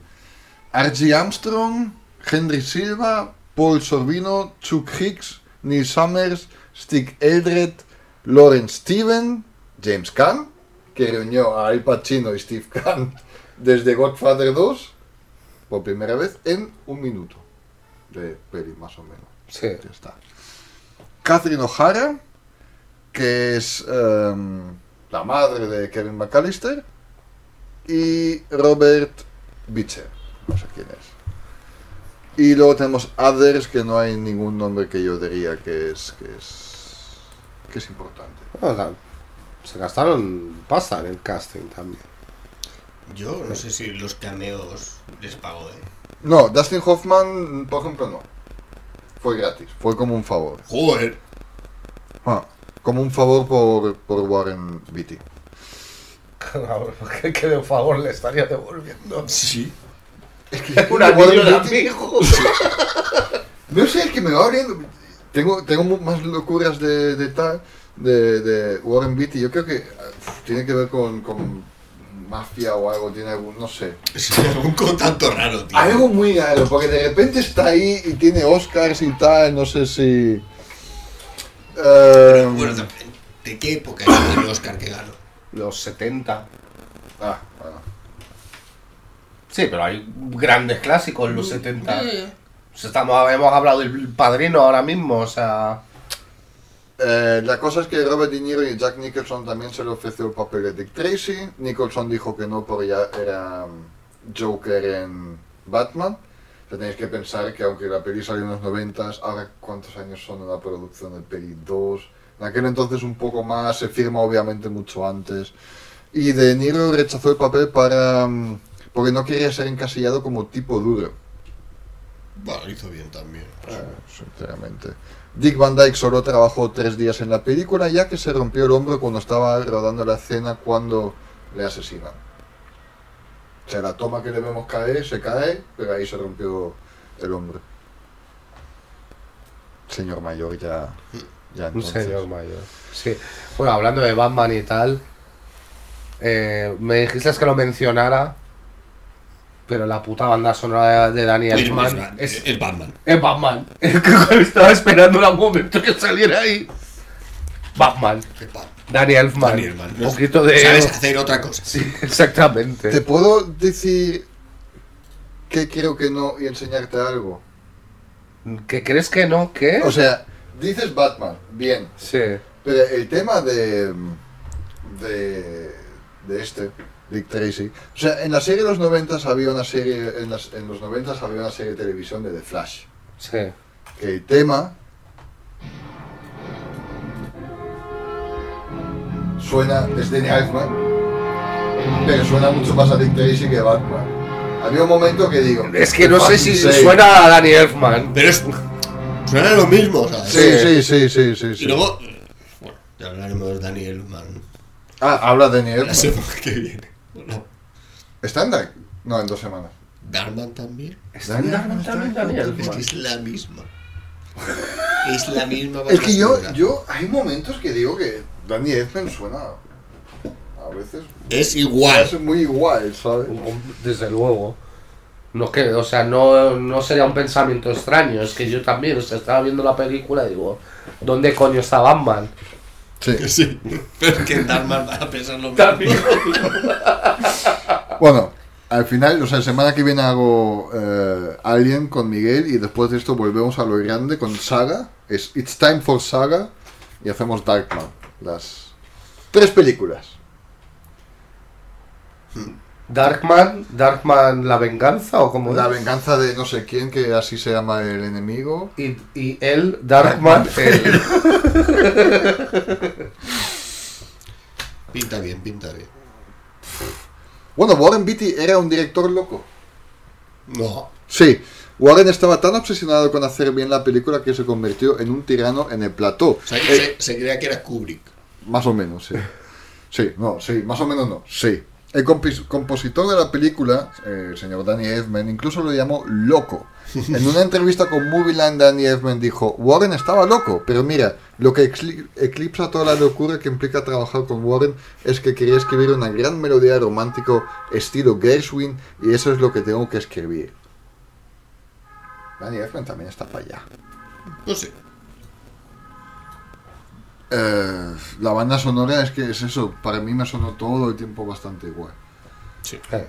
Speaker 6: Archie Armstrong, Henry Silva, Paul Sorbino, Chuck Hicks, Neil Summers, Stig Eldred, Lauren Steven, James Caan, que reunió a Al Pacino y Steve Caan desde Godfather 2 por primera vez en un minuto de peli, más o menos.
Speaker 7: Sí.
Speaker 6: Ya está. Catherine O'Hara, que es em, la madre de Kevin McAllister, y Robert Beecher, no sé quién es. Y luego tenemos Others, que no hay ningún nombre que yo diría que es que es, que es importante.
Speaker 7: O sea, se gastaron pasta en el casting también.
Speaker 8: Yo no sé si los cameos les pago, eh.
Speaker 6: No, Dustin Hoffman, por ejemplo, no. Fue gratis, fue como un favor.
Speaker 8: Joder.
Speaker 6: Ah, como un favor por, por Warren Beatty.
Speaker 7: que, que de favor le estaría devolviendo.
Speaker 8: Sí.
Speaker 7: Un anillo de amigo.
Speaker 6: No sé, es que me va abriendo. Tengo, tengo mu- más locuras de, de tal, de, de Warren Beatty. Yo creo que eh, tiene que ver con, con mafia o algo, tiene algún, no sé.
Speaker 8: Es un contacto raro, tío.
Speaker 6: Algo muy raro, porque de repente está ahí y tiene Oscars y tal, no sé si... Em,
Speaker 8: Bueno, también, ¿de qué época es el Oscar que ganó?
Speaker 7: Los 70.
Speaker 6: ah, bueno.
Speaker 7: Sí, pero hay grandes clásicos en los 70. Pues estamos, hemos hablado del padrino ahora mismo, o sea.
Speaker 6: Eh, la cosa es que Robert De Niro y Jack Nicholson también se le ofreció el papel de Dick Tracy. Nicholson dijo que no porque ya era mm, Joker en Batman. O sea, tenéis que pensar que aunque la peli salió en los 90, ahora cuántos años son en la producción del peli 2. En aquel entonces un poco más, se firma obviamente mucho antes. Y De Niro rechazó el papel para mm, porque no quería ser encasillado como tipo duro,
Speaker 8: Bueno, hizo bien también.
Speaker 6: sinceramente. Dick Van Dyke solo trabajó tres días en la película ya que se rompió el hombro cuando estaba rodando la escena cuando le asesinan. O sea, la toma que le vemos caer, se cae, pero ahí se rompió el hombro. Señor mayor ya... ya
Speaker 7: Un
Speaker 6: entonces.
Speaker 7: señor mayor. Sí. Bueno, hablando de Batman y tal, eh, me dijiste que lo mencionara, pero la puta banda sonora de Daniel
Speaker 8: Es,
Speaker 7: Elfman
Speaker 8: es-
Speaker 7: es,
Speaker 8: es Batman. eh,
Speaker 7: es Batman. Estaba esperando un momento que saliera ahí. Batman.
Speaker 8: Es Batman.
Speaker 7: Daniel Elfman.
Speaker 8: Daniel Elfman.
Speaker 7: Un poquito de.
Speaker 8: Sabes hacer otra cosa.
Speaker 7: Sí, exactamente.
Speaker 6: ¿Te puedo decir qué quiero que no y enseñarte algo?
Speaker 7: ¿Qué crees que no? ¿Qué?
Speaker 6: O sea, dices Batman, bien,
Speaker 7: sí.
Speaker 6: pero el tema de. de. de este, Dick Tracy. O sea, en la serie de los 90 había una serie. En, las- en los 90 había una serie de televisión de The Flash.
Speaker 7: Sí.
Speaker 6: Que el tema. suena. es Danny Elfman, pero suena mucho más a Dick Tracy que a Batman. Había un momento que digo.
Speaker 7: Es que no sé si
Speaker 6: "Fucking save".
Speaker 7: suena a Daniel Elfman.
Speaker 8: Pero es. Suena lo mismo, ¿sabes?
Speaker 6: Sí, sí, sí, sí, sí.
Speaker 8: Y
Speaker 6: sí.
Speaker 8: luego. Bueno, ya hablaremos de Daniel Man.
Speaker 6: Ah, habla de Nier.
Speaker 8: La semana que viene. Bueno,
Speaker 6: ¿Está en Dark? No, en dos semanas.
Speaker 8: Darman también.
Speaker 7: ¿Está en Darkman también Daniel
Speaker 8: Es
Speaker 7: Elfman?
Speaker 8: que es la misma. Es la misma.
Speaker 6: Es que yo,
Speaker 8: basura.
Speaker 6: yo, hay momentos que digo que Danny Elfman suena a veces
Speaker 8: Es
Speaker 6: es
Speaker 8: igual.
Speaker 6: muy igual, ¿sabes?
Speaker 7: Desde luego. No es que, o sea, no, no sería un pensamiento extraño. Es que yo también, o sea, estaba viendo la película y digo, ¿dónde coño está Batman?
Speaker 6: Sí.
Speaker 8: Sí. Pero es que Darman va a pensar lo mismo.
Speaker 6: Bueno, al final, o sea, semana que viene hago eh, Alien con Miguel y después de esto volvemos a lo grande con Saga. Es It's Time for Saga y hacemos Darkman. Las tres películas.
Speaker 7: Darkman, Darkman, la venganza o como
Speaker 6: La venganza de no sé quién, que así se llama el enemigo.
Speaker 7: y, y él, Darkman, él.
Speaker 8: Pinta bien, pinta bien.
Speaker 6: Bueno, Warren Beatty era un director loco.
Speaker 8: No.
Speaker 6: Sí, Warren estaba tan obsesionado con hacer bien la película que se convirtió en un tirano en el plató.
Speaker 8: O sea, que
Speaker 6: Eh,
Speaker 8: se, se creía que era Kubrick.
Speaker 6: Más o menos, sí. Sí, no, sí, más o menos no, sí. El compis- compositor de la película, eh, el señor Danny Elfman, incluso lo llamó loco. En una entrevista con Movieland, Danny Elfman dijo, Warren estaba loco, pero mira, lo que exli- eclipsa toda la locura que implica trabajar con Warren es que quería escribir una gran melodía romántico estilo Gershwin y eso es lo que tengo que escribir. Danny Elfman también está para allá.
Speaker 8: No sé.
Speaker 6: Eh, la banda sonora es que es eso, para mí me sonó todo el tiempo bastante igual.
Speaker 8: Sí.
Speaker 6: Eh,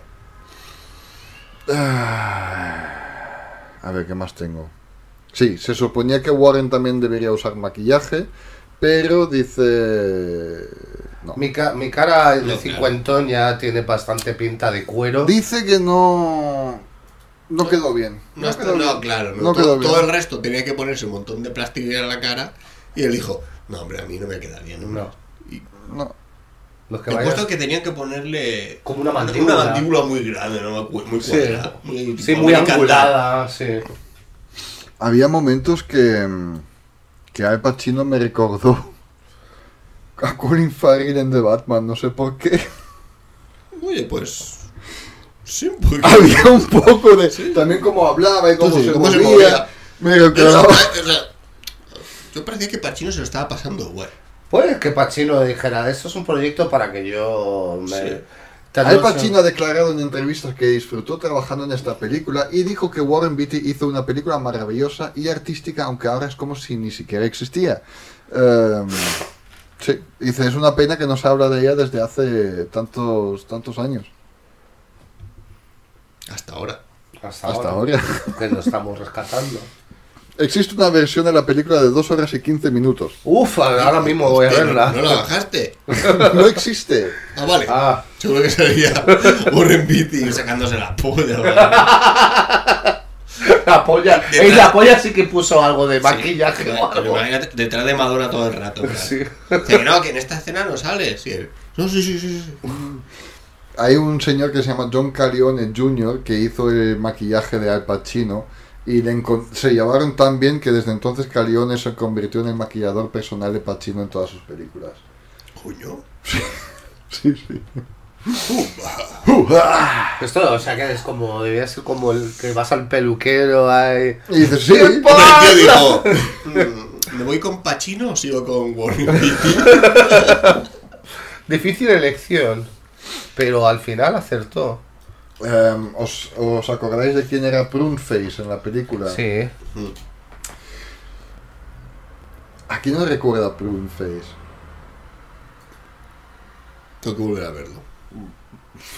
Speaker 6: A ver, ¿qué más tengo? Sí, se suponía que Warren también debería usar maquillaje, pero dice... No.
Speaker 7: Mi, ca- mi cara de
Speaker 8: No,
Speaker 7: cincuentón ya tiene bastante pinta de cuero.
Speaker 6: Dice que no... No quedó bien.
Speaker 8: No, está-
Speaker 6: quedó
Speaker 8: no,
Speaker 6: bien.
Speaker 8: claro. no.
Speaker 6: No
Speaker 8: todo,
Speaker 6: quedó bien.
Speaker 8: todo el resto tenía que ponerse un montón de plastilina en la cara. Y él dijo: No, hombre, a mí no me queda bien.
Speaker 7: No.
Speaker 6: No.
Speaker 7: Los que
Speaker 8: Te
Speaker 7: vayan-
Speaker 8: apuesto que tenían que ponerle.
Speaker 7: Como una mandíbula.
Speaker 8: Una mandíbula muy grande, ¿no? Muy, muy
Speaker 7: Sí.
Speaker 8: cuadrada. Muy,
Speaker 7: Sí,
Speaker 8: tipo
Speaker 7: muy
Speaker 8: americana.
Speaker 7: angulada, sí.
Speaker 6: Había momentos que... mm, Que Al Pacino me recordó a Colin Farrell en The Batman, no sé por qué.
Speaker 8: Oye, pues. Sí, un poquito.
Speaker 6: Había un poco de... También como hablaba y cómo
Speaker 8: Sí,
Speaker 6: se
Speaker 8: cómo se
Speaker 6: movía.
Speaker 8: movía.
Speaker 6: Me
Speaker 8: Pero,
Speaker 6: recordaba...
Speaker 8: o sea, o sea, yo parecía que Pachino se lo estaba pasando, güey.
Speaker 7: Puede que Pacino dijera, esto es un proyecto para que yo me...
Speaker 8: Sí.
Speaker 7: Tal-
Speaker 6: Al
Speaker 7: no sé.
Speaker 6: Pacino ha declarado en entrevistas que disfrutó trabajando en esta película y dijo que Warren Beatty hizo una película maravillosa y artística, aunque ahora es como si ni siquiera existía. Em, sí, dice, es una pena que no se habla de ella desde hace tantos, tantos años,
Speaker 8: Hasta ahora.
Speaker 7: Hasta,
Speaker 6: hasta
Speaker 7: ahora.
Speaker 6: ahora.
Speaker 7: Que lo estamos rescatando.
Speaker 6: Existe una versión de la película de 2 horas y 15 minutos.
Speaker 7: Uf, ahora mismo voy a
Speaker 8: Hostia,
Speaker 7: verla.
Speaker 8: pues No, no la bajaste.
Speaker 6: No existe.
Speaker 8: Ah, vale.
Speaker 7: Ah,
Speaker 8: Seguro que salía Warren Beatty sacándose la polla. ¿verdad?
Speaker 7: la polla.
Speaker 8: De
Speaker 7: Ey,
Speaker 8: verdad.
Speaker 7: la polla sí que puso algo de maquillaje
Speaker 8: Sí,
Speaker 7: o algo.
Speaker 8: pero imagínate, detrás de Madonna todo el rato. ¿verdad?
Speaker 7: Sí.
Speaker 8: O sea, que no, que en esta escena no sales. Y él, no, sí, sí, sí. sí.
Speaker 6: hay un señor que se llama John Calione Jr. que hizo el maquillaje de Al Pacino y le encon- se llevaron tan bien que desde entonces Calione se convirtió en el maquillador personal de Pacino en todas sus películas.
Speaker 8: Coño.
Speaker 6: Sí, sí.
Speaker 7: Esto, o sea, que es como, debía ser como el que vas al peluquero, hay...
Speaker 6: Y dices, sí,
Speaker 8: Hombre, el tío dijo, mm, ¿me voy con Pachino o sigo con Warren Beatty?
Speaker 7: Difícil elección, pero al final acertó.
Speaker 6: Em, ¿os, os acordáis de quién era Pruneface en la película?
Speaker 7: Sí.
Speaker 6: ¿A quién no recuerda Pruneface?
Speaker 8: Tengo que volver a verlo.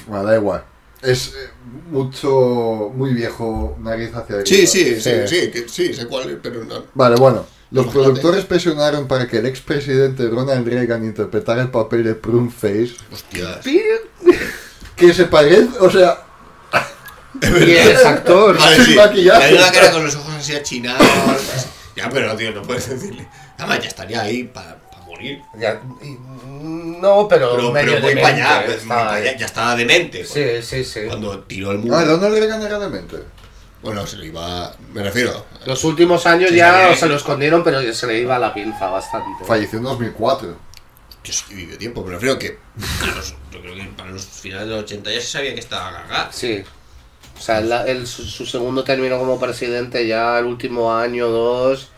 Speaker 6: Bueno, da igual. Es eh, mucho, muy viejo, nariz hacia arriba.
Speaker 8: Sí, sí, sí,
Speaker 7: Sí.
Speaker 8: sí, que, sí sé cuál es, pero no.
Speaker 6: Vale, bueno. Los
Speaker 8: Imagínate.
Speaker 6: productores presionaron para que el expresidente Ronald Reagan interpretara el papel de Pruneface.
Speaker 8: Hostias.
Speaker 6: Que se parece, o sea,
Speaker 7: Y es actor.
Speaker 8: Vale,
Speaker 6: sin
Speaker 8: sí.
Speaker 6: maquillaje.
Speaker 8: Le dio la cara con los ojos así achinados. ya, pero tío, no puedes decirle. Además, ya estaría ahí para morir.
Speaker 7: Ya, y- no, pero,
Speaker 8: Pero,
Speaker 7: medio
Speaker 8: pero voy
Speaker 7: demente,
Speaker 8: para allá, voy
Speaker 7: estaba
Speaker 8: pa'
Speaker 7: ahí.
Speaker 8: allá, ya estaba demente. pues,
Speaker 7: Sí, sí, sí.
Speaker 8: Cuando tiró el muro.
Speaker 6: ah, Ronald Reagan era demente.
Speaker 8: Bueno, se lo iba. Me refiero.
Speaker 7: Los últimos años
Speaker 8: Sí,
Speaker 7: ya
Speaker 8: también.
Speaker 7: se lo escondieron, pero se le iba la pinza bastante.
Speaker 6: Falleció en 2004.
Speaker 8: Yo sí que vivió tiempo, pero creo que. a los- yo creo que para los finales de los 80 ya se sabía que estaba gaga.
Speaker 7: Sí. O sea, la- el- su, su segundo término como presidente, ya el último año, dos,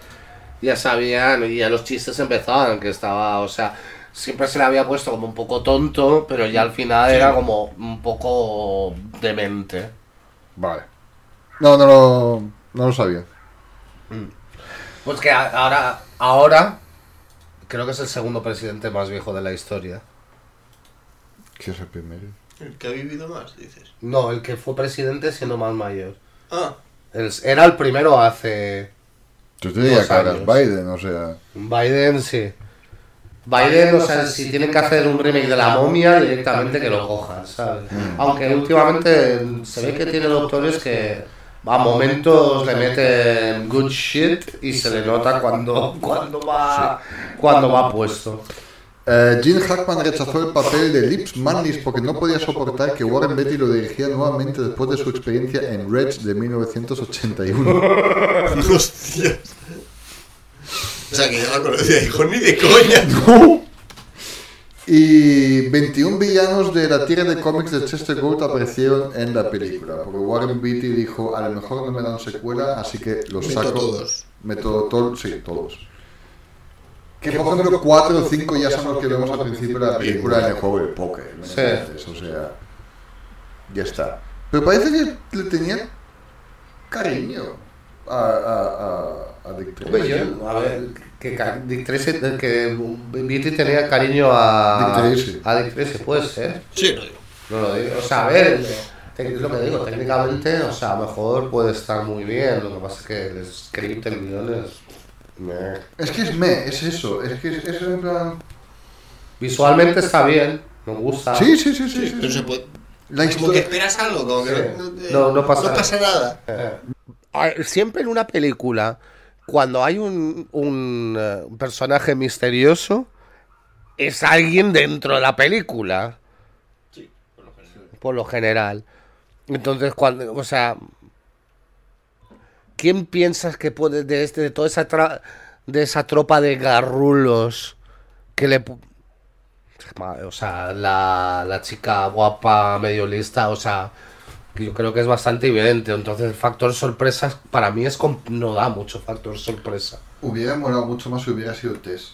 Speaker 7: ya sabían, y ya los chistes empezaban, que estaba, o sea, siempre se le había puesto como un poco tonto, pero ya al final era como un poco demente.
Speaker 6: Vale. No, no lo, no lo sabía.
Speaker 7: Pues que a- ahora, ahora, creo que es el segundo presidente más viejo de la historia.
Speaker 6: ¿Qué es el primero?
Speaker 8: El que ha vivido más, dices.
Speaker 7: No, el que fue presidente siendo más mayor.
Speaker 8: Ah,
Speaker 7: El- Era el primero hace...
Speaker 6: Yo te diría
Speaker 7: Dos
Speaker 6: que ahora es
Speaker 7: años.
Speaker 6: Biden, o sea.
Speaker 7: Biden sí. Biden, o sea, si tienen que hacer un remake de la momia, directamente que lo cojan, ¿sabes? Aunque últimamente se ve que tiene doctores que a momentos le meten good shit y se le nota cuando, cuando, va, cuando va puesto.
Speaker 6: Eh, Gene Hackman rechazó el papel de Lips Manlis porque no podía soportar que Warren Beatty lo dirigía nuevamente después de su experiencia en Reds de 1981.
Speaker 8: Ah. hostias. O sea, que yo no conocía, hijo, ni de coña.
Speaker 6: Y 21 villanos de la tira de cómics de Chester Gould aparecieron en la película. Porque Warren Beatty dijo, a lo mejor no me dan secuela, así que los
Speaker 8: Meto
Speaker 6: saco...
Speaker 8: todos.
Speaker 6: Meto todos, sí, todos. Que por ejemplo 4 o 5 ya son los que vemos al principio de la película en el juego de póker. ¿me
Speaker 7: Sí.
Speaker 6: entiendes? O sea... Ya está. Pero parece que le tenía cariño a, a, a, a Dick Tracy.
Speaker 7: A ver, que ca- Dick Tracy, que Beatty tenía cariño a
Speaker 6: Dick Tracy.
Speaker 7: a Dick Tracy, puede ser.
Speaker 8: Sí, no digo.
Speaker 7: No lo digo, o sea, a ver, te- es lo que digo, técnicamente, o sea, a lo mejor puede estar muy bien, lo que pasa es que el script en guiones... meh.
Speaker 6: Es que es me, es eso. Es que es, es en plan...
Speaker 7: Visualmente está bien, me gusta.
Speaker 6: Sí, sí, Ah. sí, sí. sí,
Speaker 8: Pero
Speaker 6: sí.
Speaker 8: se puede.
Speaker 6: La
Speaker 8: Como que
Speaker 6: historia...
Speaker 8: esperas algo, como que no,
Speaker 7: Sí. No, no pasa nada.
Speaker 8: nada.
Speaker 7: A ver, Siempre en una película, cuando hay un, un, eh, un personaje misterioso, es alguien dentro de la película. por lo general. Entonces, cuando, o sea, ¿quién piensas que puede de, este- de toda esa tra- de esa tropa de garrulos que le pu- o sea, la, la chica guapa, medio lista, o sea, que yo creo que es bastante evidente. Entonces, el factor sorpresa para mí es com- no da mucho factor sorpresa.
Speaker 6: Hubiera molado mucho más si hubiera sido Tess.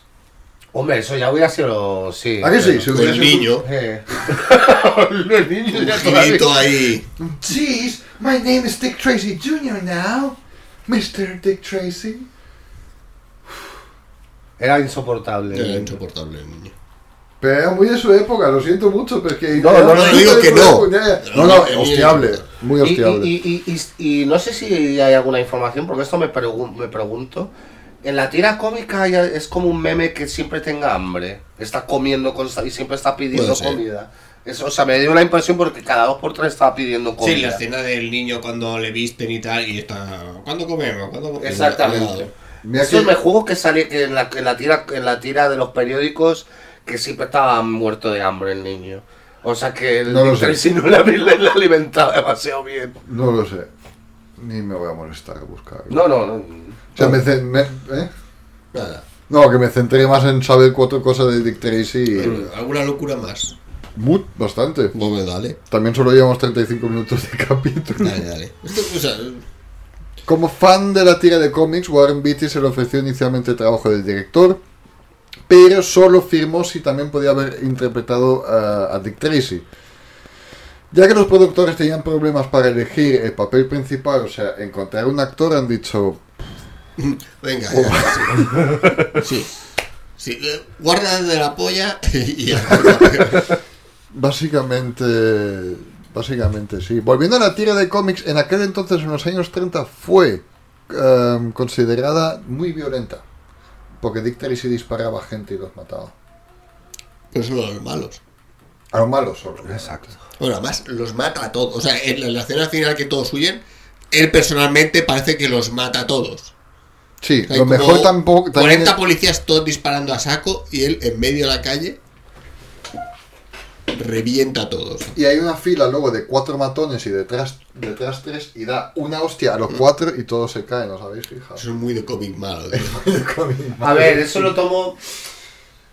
Speaker 7: Hombre, eso ya hubiera sido, sí.
Speaker 6: ¿A que sí?
Speaker 7: pero-
Speaker 6: Si hubiera
Speaker 8: El
Speaker 6: sido-
Speaker 8: niño.
Speaker 7: Eh. Los niños ya
Speaker 8: Un
Speaker 7: todavía-
Speaker 8: girito ahí.
Speaker 6: Jeez, my name is Dick Tracy Jr. now. Mr. Dick Tracy.
Speaker 7: Era insoportable.
Speaker 8: Era insoportable el niño.
Speaker 6: Pero era muy de su época, lo siento mucho, pero es que...
Speaker 7: No, no,
Speaker 8: no,
Speaker 6: Era
Speaker 8: digo
Speaker 6: muy de
Speaker 8: que
Speaker 6: su
Speaker 8: no.
Speaker 6: época, ya, ya. No, no,
Speaker 8: Era muy
Speaker 6: hostiable.
Speaker 8: bien.
Speaker 6: Muy
Speaker 7: Y,
Speaker 6: hostiable.
Speaker 7: y- y- y- y no sé si hay alguna información, porque esto me, pregu- me pregunto. En la tira cómica hay- es como un meme que siempre tenga hambre. Está comiendo consta- y siempre está pidiendo
Speaker 8: Puede ser.
Speaker 7: comida. Es- o sea, me dio la impresión porque cada dos por tres estaba pidiendo
Speaker 8: Sí, la
Speaker 7: comida.
Speaker 8: escena del niño cuando le visten y tal, y está. ¿Cuándo comemos? ¿Cuándo comemos?
Speaker 7: Exactamente.
Speaker 6: Mira
Speaker 7: Eso
Speaker 6: que-
Speaker 7: me juego que sale que en, la, en la tira, en la tira de los periódicos que siempre estaba muerto de hambre el niño. O sea que el
Speaker 6: No lo
Speaker 7: Dick
Speaker 6: sé.
Speaker 7: Tracy no le ha le ha alimentado demasiado bien.
Speaker 6: No lo sé. Ni me voy a molestar a buscar.
Speaker 7: No, no, no.
Speaker 6: O sea, me, ce- me- ¿eh?
Speaker 8: Nada.
Speaker 6: No, que me centré más en saber cuatro cosas de Dick Tracy y...
Speaker 8: ¿Alguna locura más?
Speaker 6: Mu- bastante.
Speaker 8: Bueno, dale.
Speaker 6: También solo llevamos 35 minutos de capítulo.
Speaker 8: Dale, dale. Esto, o sea,
Speaker 6: Como fan de la tira de cómics, Warren Beatty se le ofreció inicialmente el trabajo del director, pero solo firmó si también podía haber interpretado a, a Dick Tracy. Ya que los productores tenían problemas para elegir el papel principal, o sea, encontrar un actor, han dicho,
Speaker 8: venga, ya, Oh. sí. sí. Sí, eh, guarda de la polla y ya.
Speaker 6: Básicamente, básicamente sí. Volviendo a la tira de cómics, en aquel entonces, en los años 30, fue em, considerada muy violenta. Porque Dick Tracy disparaba gente y los mataba.
Speaker 8: Pero son los malos.
Speaker 6: A los malos solo. Exacto.
Speaker 8: Bueno, además los mata a todos. O sea, en la- en la escena final que todos huyen, él personalmente parece que los mata a todos.
Speaker 6: Sí,
Speaker 8: Hay
Speaker 6: lo
Speaker 8: como
Speaker 6: mejor tampoco... también
Speaker 8: 40
Speaker 6: es-
Speaker 8: policías todos disparando a saco y él en medio de la calle revienta a todos.
Speaker 6: y hay una fila luego de cuatro matones y detrás, detrás tres y da una hostia a los cuatro y todos se caen, ¿os habéis fijado?
Speaker 8: Eso es muy de cómic malo. tío.
Speaker 7: A ver, eso lo tomo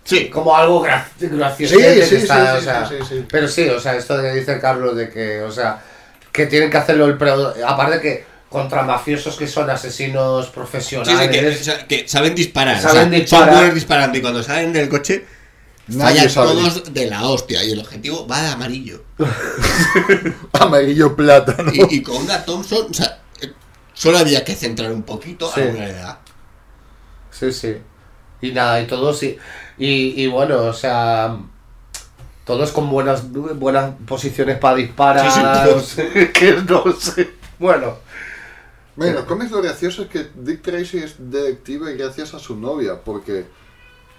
Speaker 8: Sí,
Speaker 7: como algo gra- gracioso.
Speaker 6: Sí,
Speaker 7: de que
Speaker 6: sí,
Speaker 7: está,
Speaker 6: sí,
Speaker 7: o
Speaker 6: sí,
Speaker 7: sea,
Speaker 6: sí, sí.
Speaker 7: Pero sí, o sea, esto que dice Carlos de que, o sea, que tienen que hacerlo el pro- aparte que contra mafiosos que son asesinos
Speaker 8: sí, sí,
Speaker 7: profesionales.
Speaker 8: que, o sea, que saben disparar.
Speaker 7: Saben
Speaker 8: o sea,
Speaker 7: disparar.
Speaker 8: Son buenos disparando y cuando salen del coche
Speaker 6: Nadie
Speaker 8: fallan
Speaker 6: sabe.
Speaker 8: todos de la hostia y el objetivo va de amarillo.
Speaker 6: Amarillo plátano.
Speaker 8: Y, y con una Thompson, o sea, eh, solo había que centrar un poquito
Speaker 7: Sí.
Speaker 8: a una edad.
Speaker 7: Sí, sí. Y nada, y todos y, y, y bueno, o sea, todos con buenas buenas posiciones para disparar.
Speaker 8: Sí, sí,
Speaker 7: o sea, que no sé. Bueno,
Speaker 6: Bueno, cómics lo gracioso es que Dick Tracy es detective gracias a su novia, porque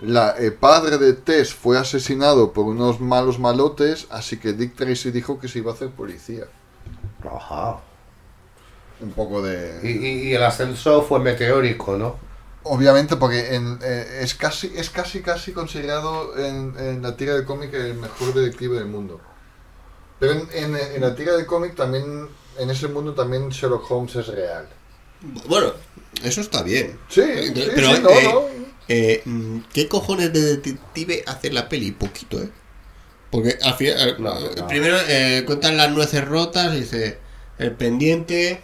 Speaker 6: la, el padre de Tess fue asesinado por unos malos malotes, así que Dick Tracy dijo que se iba a hacer policía.
Speaker 7: ajá.
Speaker 6: Un poco
Speaker 7: Y,
Speaker 6: de...
Speaker 7: y- y el ascenso fue meteórico, ¿no?
Speaker 6: Obviamente, porque en- eh, es casi es casi casi considerado en, en la tira de cómic el mejor detective del mundo. Pero en, en- en la tira de cómic también, en ese mundo también Sherlock Holmes es real.
Speaker 8: Bueno, eso está bien.
Speaker 6: Sí, sí,
Speaker 8: Entonces,
Speaker 6: sí, no,
Speaker 8: eh,
Speaker 6: no.
Speaker 8: eh, mm, ¿Qué cojones de detective hace la peli? Poquito, ¿eh? Porque al final. eh,
Speaker 7: No, no.
Speaker 8: Primero eh, cuentan las nueces rotas, dice el pendiente.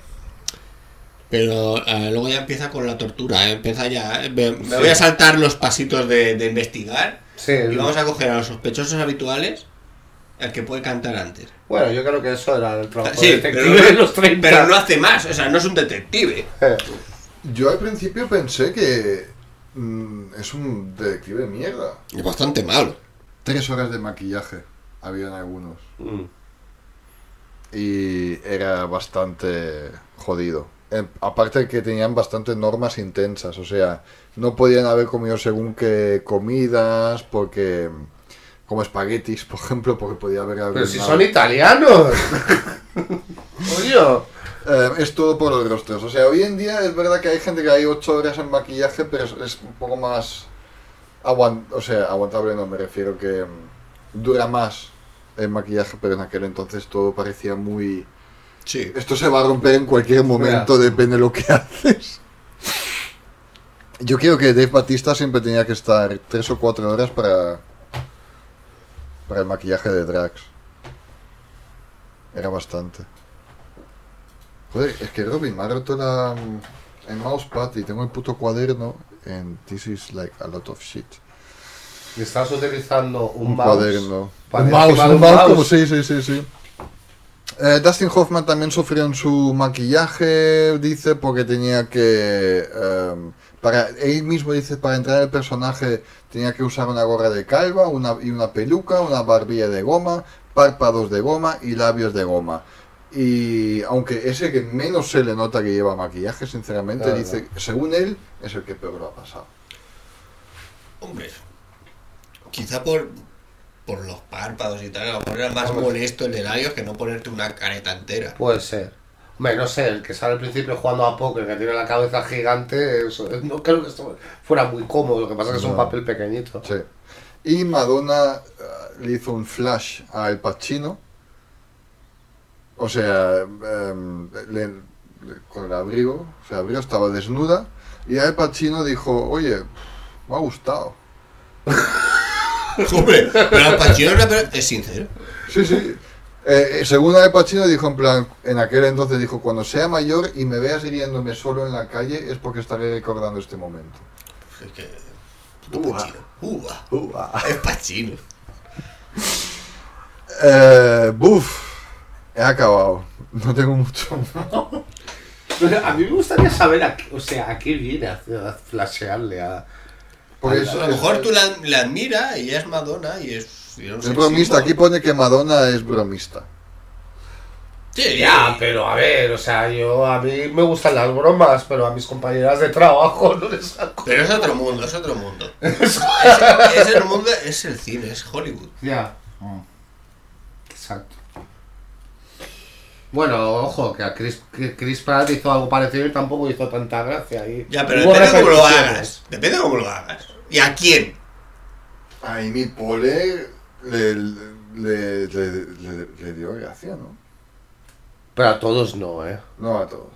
Speaker 8: Pero eh, luego ya empieza con la tortura, ¿eh? empieza ya. eh, Me, me voy a saltar los pasitos de, de investigar.
Speaker 7: Sí,
Speaker 8: Y
Speaker 7: el-
Speaker 8: vamos a coger a los sospechosos habituales, el que puede cantar antes.
Speaker 7: Bueno, yo creo que eso era el trabajo
Speaker 8: Sí,
Speaker 7: de detective de los 30.
Speaker 8: pero no hace más, o sea, no es un detective.
Speaker 7: Eh,
Speaker 6: Yo al principio pensé que mm, es un detective de mierda.
Speaker 8: Es bastante malo.
Speaker 6: Tres horas de maquillaje habían algunos.
Speaker 7: mm.
Speaker 6: Y era bastante jodido. Eh, aparte de que tenían bastantes normas intensas, o sea, no podían haber comido según qué comidas, porque como espaguetis, por ejemplo, porque podía haber
Speaker 7: Pero si
Speaker 6: arruinado.
Speaker 7: son italianos. Oye.
Speaker 6: Eh, es todo por los rostros. O sea, hoy en día es verdad que hay gente que hay 8 horas en maquillaje, pero es, es un poco más. aguan- o sea, aguantable no, me refiero que mm, dura más el maquillaje, pero en aquel entonces todo parecía muy.
Speaker 8: Sí.
Speaker 6: Esto se va a romper en cualquier momento, depende de lo que haces. Yo creo que Dave Batista siempre tenía que estar 3 o 4 horas para. para el maquillaje de Drax. Era bastante. Joder, es que Robin me ha roto la. el mousepad y tengo el puto cuaderno en This is like a lot of shit.
Speaker 7: Estás utilizando un,
Speaker 6: Un
Speaker 7: mouse.
Speaker 6: cuaderno.
Speaker 7: para
Speaker 6: un mouse,
Speaker 7: encima
Speaker 6: un
Speaker 7: de
Speaker 6: mouse, como
Speaker 7: mouse.
Speaker 6: sí, sí, sí, sí. Eh, Dustin Hoffman también sufrió en su maquillaje, dice, porque tenía que... em, para, él mismo dice, para entrar en el personaje tenía que usar una gorra de calva una, y una peluca, una barbilla de goma, párpados de goma y labios de goma. Y aunque es el que menos se le nota que lleva maquillaje, sinceramente,
Speaker 7: Claro.
Speaker 6: dice, según él, es el que peor lo ha pasado.
Speaker 8: Hombre, quizá por, por los párpados y tal, a lo mejor era más molesto el de labios que no ponerte una careta entera.
Speaker 7: Puede ser. Hombre, no sé, el que sale al principio jugando a póker, que tiene la cabeza eh, gigante, eso, no creo que esto fuera muy cómodo, lo que pasa es que es un
Speaker 6: No.
Speaker 7: papel pequeñito.
Speaker 6: Sí. Y Madonna eh, le hizo un flash a El Pacino. O sea, em, le- le- con el abrigo, se abrió, estaba desnuda. Y El Pacino dijo, oye, me ha gustado.
Speaker 8: Hombre, pero Al Pacino era una per- es sincero.
Speaker 6: Sí, sí. Eh, eh, según Al Pacino dijo en plan, en aquel entonces dijo, cuando sea mayor y me veas riéndome solo en la calle es porque estaré recordando este momento.
Speaker 8: Es que. Puto Pacino. Uva. Es Pacino.
Speaker 6: Eh, buf, he acabado. No tengo mucho. más.
Speaker 7: Pero a mí me gustaría saber a, qué- o sea, a qué viene a, a flashearle a.
Speaker 6: Porque
Speaker 8: A lo mejor tú la, la admiras y ella es Madonna y es. yo no sé,
Speaker 6: Es bromista, aquí
Speaker 8: símbolo.
Speaker 6: pone que Madonna es bromista.
Speaker 8: Sí,
Speaker 7: Ya, pero a ver, o sea, yo a mí me gustan las bromas, pero a mis compañeras de trabajo no les saco.
Speaker 8: Pero es otro mundo, es otro mundo. es, es el mundo, es el cine, es Hollywood.
Speaker 7: Ya. Mm. Exacto. Bueno, ojo, que a Chris, que Chris Pratt hizo algo parecido y tampoco hizo tanta gracia. Y
Speaker 8: Ya, pero
Speaker 7: hubo
Speaker 8: depende de cómo lo
Speaker 7: repercusiones.
Speaker 8: hagas. Depende de cómo lo hagas. ¿Y a quién?
Speaker 6: A mi Pole le, le- le- le- le dio gracia, ¿no?
Speaker 7: Pero a todos no, ¿eh?
Speaker 6: No a todos,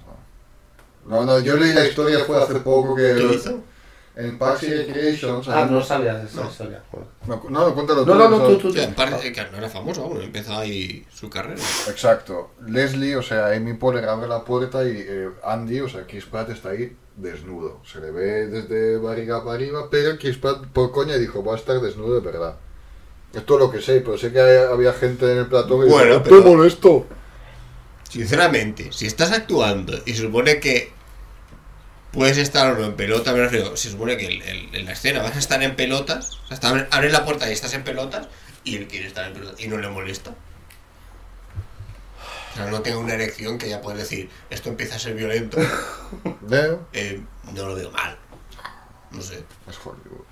Speaker 6: no. No, no, yo leí la historia fue hace poco que
Speaker 8: ¿Qué hizo?
Speaker 6: en Parks and Recreations.
Speaker 7: Ah, no sabía de esa historia.
Speaker 6: No, no, cuéntalo tú.
Speaker 7: No, no, no,
Speaker 6: Gonzalo.
Speaker 7: tú, tú,
Speaker 8: O sea,
Speaker 7: tú.
Speaker 8: en parte, que no era famoso aún, empezaba ahí su carrera.
Speaker 6: Exacto. Leslie, o sea, Amy Poehler abre la puerta y eh, Andy, o sea, Chris Pratt está ahí desnudo. Se le ve desde barriga para arriba, pero Chris Pratt por coña dijo, va a estar desnudo de verdad. Esto es lo que sé, pero sé que hay- había gente en el plató que dijo,
Speaker 8: Bueno,
Speaker 6: "No
Speaker 8: pero-
Speaker 6: te molesto.
Speaker 8: Sinceramente, si estás actuando y se supone que puedes estar o no en pelota, me refiero, se supone que el- el- en la escena vas a estar en pelotas, o sea, hasta abre- abres la puerta y estás en pelotas, y él quiere estar en pelotas y no le molesta. O sea, no tengo una erección que ya puedes decir, esto empieza a ser violento.
Speaker 6: Eh,
Speaker 8: Eh, no lo veo mal. No sé.
Speaker 6: Es Hollywood.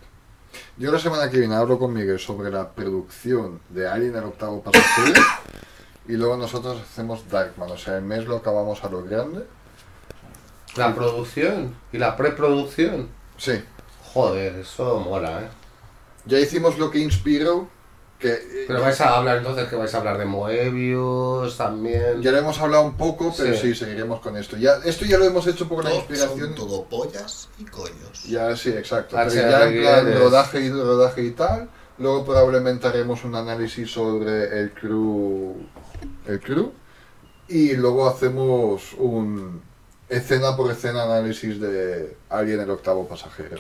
Speaker 6: Yo la semana que viene hablo con Miguel sobre la producción de Alien el octavo pasajero y luego nosotros hacemos Darkman, o sea, el mes lo acabamos a lo grande.
Speaker 7: La producción y la preproducción.
Speaker 6: Sí,
Speaker 7: Joder, eso mola, ¿eh?
Speaker 6: ya hicimos lo que inspiró, que eh,
Speaker 7: Pero vais a hablar entonces que vais a hablar de Moebius también.
Speaker 6: Ya lo hemos hablado un poco, pero
Speaker 7: Sí.
Speaker 6: sí, seguiremos con esto. Ya, esto ya lo hemos hecho por la inspiración.
Speaker 8: Son todo pollas y coños.
Speaker 6: Ya, sí, exacto.
Speaker 7: Ah,
Speaker 6: Pero
Speaker 7: sí,
Speaker 6: ya en plan
Speaker 7: Rodríguez.
Speaker 6: rodaje y rodaje y tal. Luego probablemente haremos un análisis sobre el crew. El crew. Y luego hacemos un escena por escena análisis de Alien el octavo pasajero.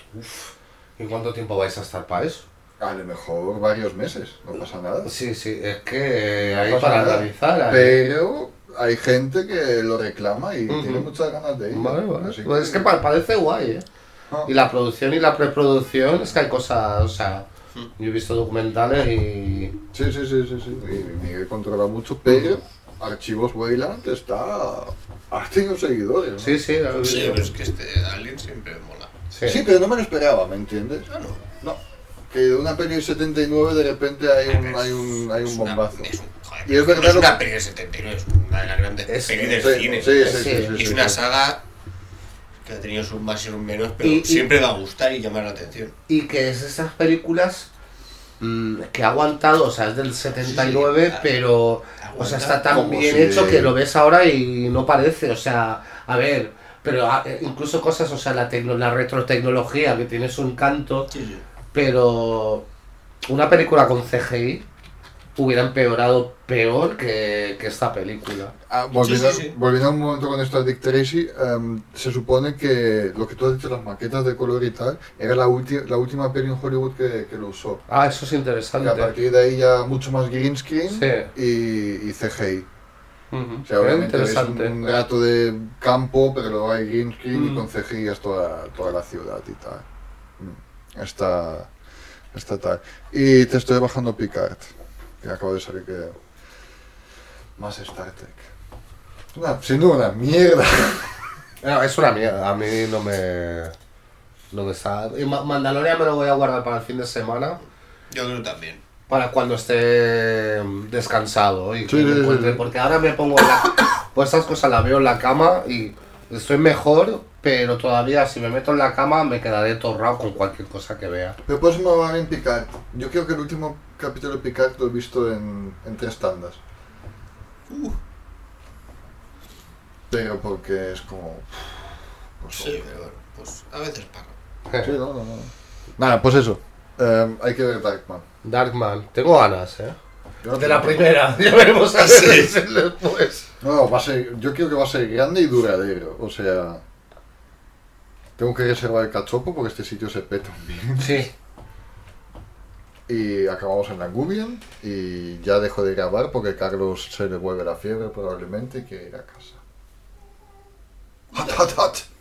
Speaker 7: ¿Y cuánto tiempo vais a estar para eso?
Speaker 6: A lo mejor varios meses, no pasa nada.
Speaker 7: Sí, sí, es que eh, hay
Speaker 6: No pasa
Speaker 7: para
Speaker 6: nada.
Speaker 7: analizar. hay-
Speaker 6: Pero hay gente que lo reclama y
Speaker 7: Ujú.
Speaker 6: tiene muchas ganas de ir.
Speaker 7: Vale, vale.
Speaker 6: Así
Speaker 7: Pues es que pa- parece guay, ¿eh?
Speaker 6: Ah.
Speaker 7: Y la producción y la preproducción es que hay cosas, o sea, yo he visto documentales y...
Speaker 6: Sí, sí, sí, sí, sí. Y Miguel controla mucho, pero Archivos Wayland está. Ha tenido seguidores. ¿no?
Speaker 7: Sí, sí, lo he
Speaker 8: Sí,
Speaker 7: visto.
Speaker 8: pero es que este alien siempre mola.
Speaker 7: Sí.
Speaker 6: Sí, pero no me lo esperaba, ¿me entiendes?
Speaker 8: Ah, no.
Speaker 6: No. Que de una peli del 79 de repente hay un, hay un, hay un
Speaker 8: Es una-
Speaker 6: bombazo.
Speaker 8: es un- joder,
Speaker 6: Y es
Speaker 8: no
Speaker 6: verdad
Speaker 8: es
Speaker 6: lo
Speaker 8: una
Speaker 6: que-
Speaker 8: peli del 79, es una de las grandes
Speaker 7: Es-
Speaker 8: pelis del
Speaker 6: Sí,
Speaker 8: cine.
Speaker 6: sí, sí, sí,
Speaker 7: Sí.
Speaker 6: sí,
Speaker 8: es
Speaker 6: sí,
Speaker 8: una
Speaker 6: sí.
Speaker 8: saga que ha tenido sus más y sus menos, pero
Speaker 7: Y- y-
Speaker 8: siempre va a gustar y llamar la atención.
Speaker 7: Y que es esas películas mm, que ha aguantado, o sea, es del 79,
Speaker 8: Sí, ha-
Speaker 7: pero o sea,
Speaker 8: aguanta
Speaker 7: está tan
Speaker 6: como
Speaker 7: bien
Speaker 6: si-
Speaker 7: hecho que lo ves ahora y no parece, o sea, a ver, pero a- eh, incluso cosas, o sea, la, tecno- la retrotecnología que tiene su encanto, pero una película con CGI hubiera empeorado peor que, que esta película.
Speaker 6: Ah, volviendo,
Speaker 8: Sí, sí, sí.
Speaker 6: volviendo un momento con esto de Dick Tracy, em, se supone que lo que tú has dicho, las maquetas de color y tal, era la, ulti- la última peli en Hollywood que, que lo usó.
Speaker 7: Ah, eso es
Speaker 6: Y a
Speaker 7: interesante.
Speaker 6: partir de ahí ya mucho más green screen
Speaker 7: Sí.
Speaker 6: y, y CGI.
Speaker 7: Ujú,
Speaker 6: O sea, obviamente es
Speaker 7: interesante.
Speaker 6: un rato de campo, pero luego hay green screen y
Speaker 7: Mm.
Speaker 6: con CGI es toda, toda la ciudad y tal. Mm. Está, está tal. Y te estoy bajando Picard, que acabo de saber que... Más Star Trek. Una, sin duda, una mierda.
Speaker 7: No, es una mierda, a mí no me. No me está. Y Ma- Mandalorian me lo voy a guardar para el fin de semana,
Speaker 8: Yo creo también.
Speaker 7: para cuando esté mm, descansado y que
Speaker 6: Sí,
Speaker 7: me
Speaker 6: sí, sí,
Speaker 7: encuentre,
Speaker 6: sí.
Speaker 7: Porque ahora me pongo. en La, pues estas cosas las veo en la cama y estoy mejor, pero todavía si me meto en la cama me quedaré torrado con cualquier cosa que vea.
Speaker 6: Me puedes mamar en Picard. Yo creo que el último capítulo de Picard lo he visto en, en tres tandas.
Speaker 7: Uh.
Speaker 6: Pero porque es como. pues,
Speaker 8: Sí, pero bueno, pues a veces pago.
Speaker 6: Sí, no, no, no. Nada, pues eso. Em, hay que ver Darkman.
Speaker 7: Darkman, tengo ganas, ¿eh?
Speaker 6: Yo no
Speaker 7: De la
Speaker 6: tengo-
Speaker 7: primera, ya veremos a
Speaker 8: Sí.
Speaker 7: ver si después.
Speaker 6: No, va a ser, yo creo que va a ser grande y duradero. O sea, tengo que reservar el cachopo porque este sitio se peta un bien.
Speaker 7: Sí.
Speaker 6: Y acabamos en Langubian y ya dejo de grabar porque Carlos se le vuelve la fiebre probablemente y quiere ir a casa. ¡Hot, hot, hot!